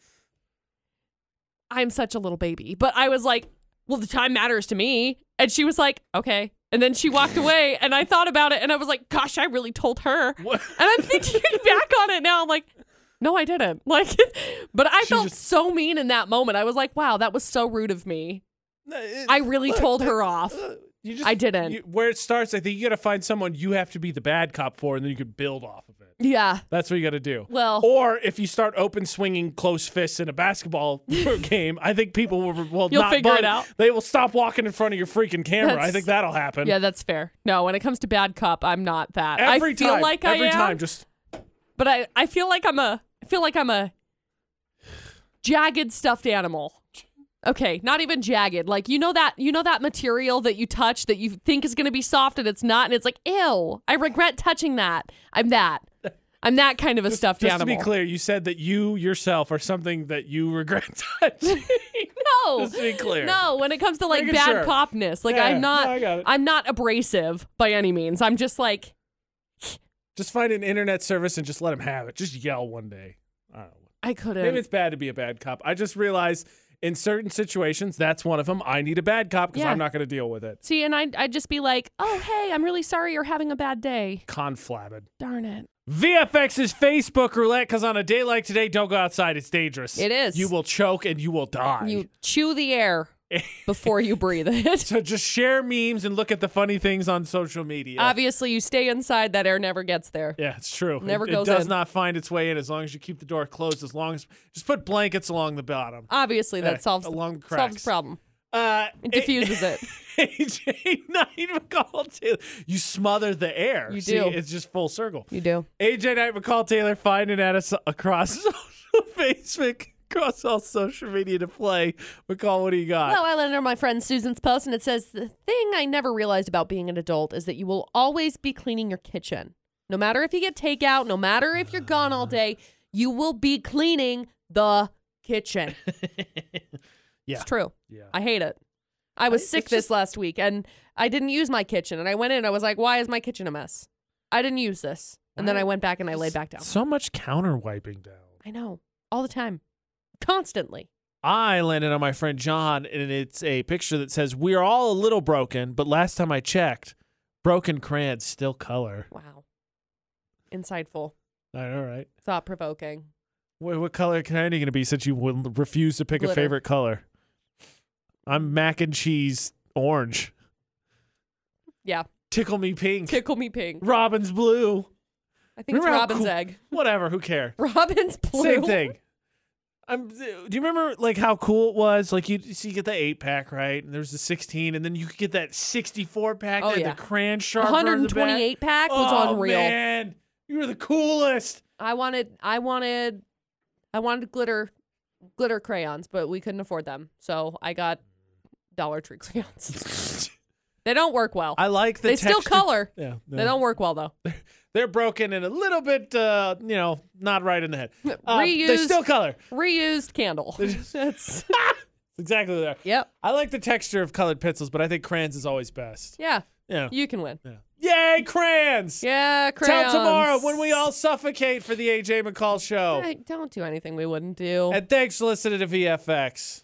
S2: I'm such a little baby. But I was like, well, the time matters to me. And she was like, okay. And then she walked away, and I thought about it, and I was like, gosh, I really told her.
S1: What?
S2: And I'm thinking back on it now. I'm like, no, I didn't. Like, but I felt
S1: just-
S2: so mean in that moment. I was like, wow, that was so rude of me. I really told her off.
S1: You just,
S2: I didn't.
S1: you- where it starts, I think you got to find someone you have to be the bad cop for, and then you could build off of it.
S2: Yeah.
S1: That's what you got to do.
S2: Well-
S1: or if you start open swinging close fists in a basketball game, I think people will, will
S2: You'll
S1: not
S2: figure it
S1: budge.
S2: out.
S1: They will stop walking in front of your freaking camera. I
S2: That's-
S1: think that'll happen.
S2: Yeah, that's fair. No, when it comes to bad cop, I'm not that.
S1: every
S2: I feel
S1: time,
S2: like
S1: every
S2: I am,
S1: time, just
S2: but I, I feel like I'm a I feel like I'm a jagged stuffed animal. Okay, not even jagged. Like you know that you know that material that you touch that you think is going to be soft and it's not and it's like ew. I regret touching that. I'm that. I'm that kind of a stuffed
S1: just to
S2: animal.
S1: be clear, you said that you yourself are something that you regret touching.
S2: no.
S1: Just to be clear.
S2: No, when it comes to like
S1: Making
S2: bad
S1: sure.
S2: copness, like
S1: Yeah,
S2: I'm not
S1: no, I got it.
S2: I'm not abrasive by any means. I'm just like
S1: just find an internet service and just let them have it. Just yell one day. I don't know.
S2: I couldn't.
S1: Maybe it's bad to be a bad cop. I just realized in certain situations, that's one of them. I need a bad cop because
S2: Yeah.
S1: I'm not going to deal with it.
S2: See, and I'd, I'd just be like, oh, hey, I'm really sorry you're having a bad day.
S1: Conflabbed.
S2: Darn it.
S1: VFX's Facebook roulette because on a day like today, don't go outside. It's dangerous.
S2: It is.
S1: You will choke and you will die.
S2: You chew the air. before you breathe it.
S1: So just share memes and look at the funny things on social media.
S2: Obviously, you stay inside, that air never gets there.
S1: yeah, it's true.
S2: Never
S1: it,
S2: goes
S1: It does
S2: in.
S1: not find its way in as long as you keep the door closed. As long as just put blankets along the bottom.
S2: Obviously,
S1: Yeah,
S2: that solves,
S1: along the
S2: solves
S1: cracks.
S2: the problem.
S1: Uh,
S2: It diffuses it.
S1: AJ Knight McCall Taylor. You smother the air.
S2: You
S1: See,
S2: do.
S1: It's just full circle.
S2: You do.
S1: AJ Knight McCall Taylor finding at us across social Facebook, across all social media to play. McCall, what do you got?
S2: Well, I let under my friend Susan's post, and it says the thing I never realized about being an adult is that you will always be cleaning your kitchen. No matter if you get takeout, no matter if you're gone
S1: Ah.
S2: all day, you will be cleaning the kitchen.
S1: Yeah.
S2: It's true.
S1: yeah.
S2: I hate it. I was
S1: I-
S2: sick
S1: it's
S2: this
S1: just-
S2: last week and I didn't use my kitchen. And I went in, I was like, why is my kitchen a mess? I didn't use this. And then
S1: Why-
S2: I went back and I laid back down.
S1: So much counter wiping down.
S2: I know. All the time. Constantly.
S1: I landed on my friend John, and it's a picture that says, We are all a little broken, but last time I checked, broken crayons still color.
S2: Wow. Insightful.
S1: All right. All right.
S2: Thought provoking.
S1: What, what color candy going to be since you will refuse to pick a
S2: Glitter.
S1: favorite color? I'm mac and cheese orange.
S2: Yeah.
S1: Tickle me pink.
S2: Tickle me pink.
S1: Robin's blue.
S2: I think it's
S1: Remember how
S2: Robin's
S1: cool-
S2: egg.
S1: Whatever. Who cares?
S2: Robin's blue.
S1: Same thing. I'm, do you remember like how cool it was? Like you, so you get the eight pack, right? And there's the 16, and then you could get that 64 pack.
S2: Oh,
S1: that had
S2: yeah.
S1: The crayon sharpener. in the back.
S2: 128 pack was
S1: oh,
S2: unreal.
S1: man, you were the coolest.
S2: I wanted I wanted I wanted glitter glitter crayons, but we couldn't afford them. So I got Dollar Tree crayons. they don't work well.
S1: I like the.
S2: they still
S1: texture-
S2: color.
S1: Yeah,
S2: They don't work well though.
S1: They're broken and a little bit, uh, you know, not right in the head. Uh, They
S2: Reused.
S1: still color.
S2: Reused candle.
S1: They're just-
S2: That's
S1: exactly there.
S2: yep.
S1: I like the texture of colored pencils, but I think crayons is always best.
S2: Yeah.
S1: Yeah.
S2: You can win.
S1: Yay, crayons!
S2: Yeah, crayons.
S1: Till tomorrow when we all suffocate for the AJ McCall show.
S2: Hey, don't do anything we wouldn't do.
S1: And thanks for listening to VFX.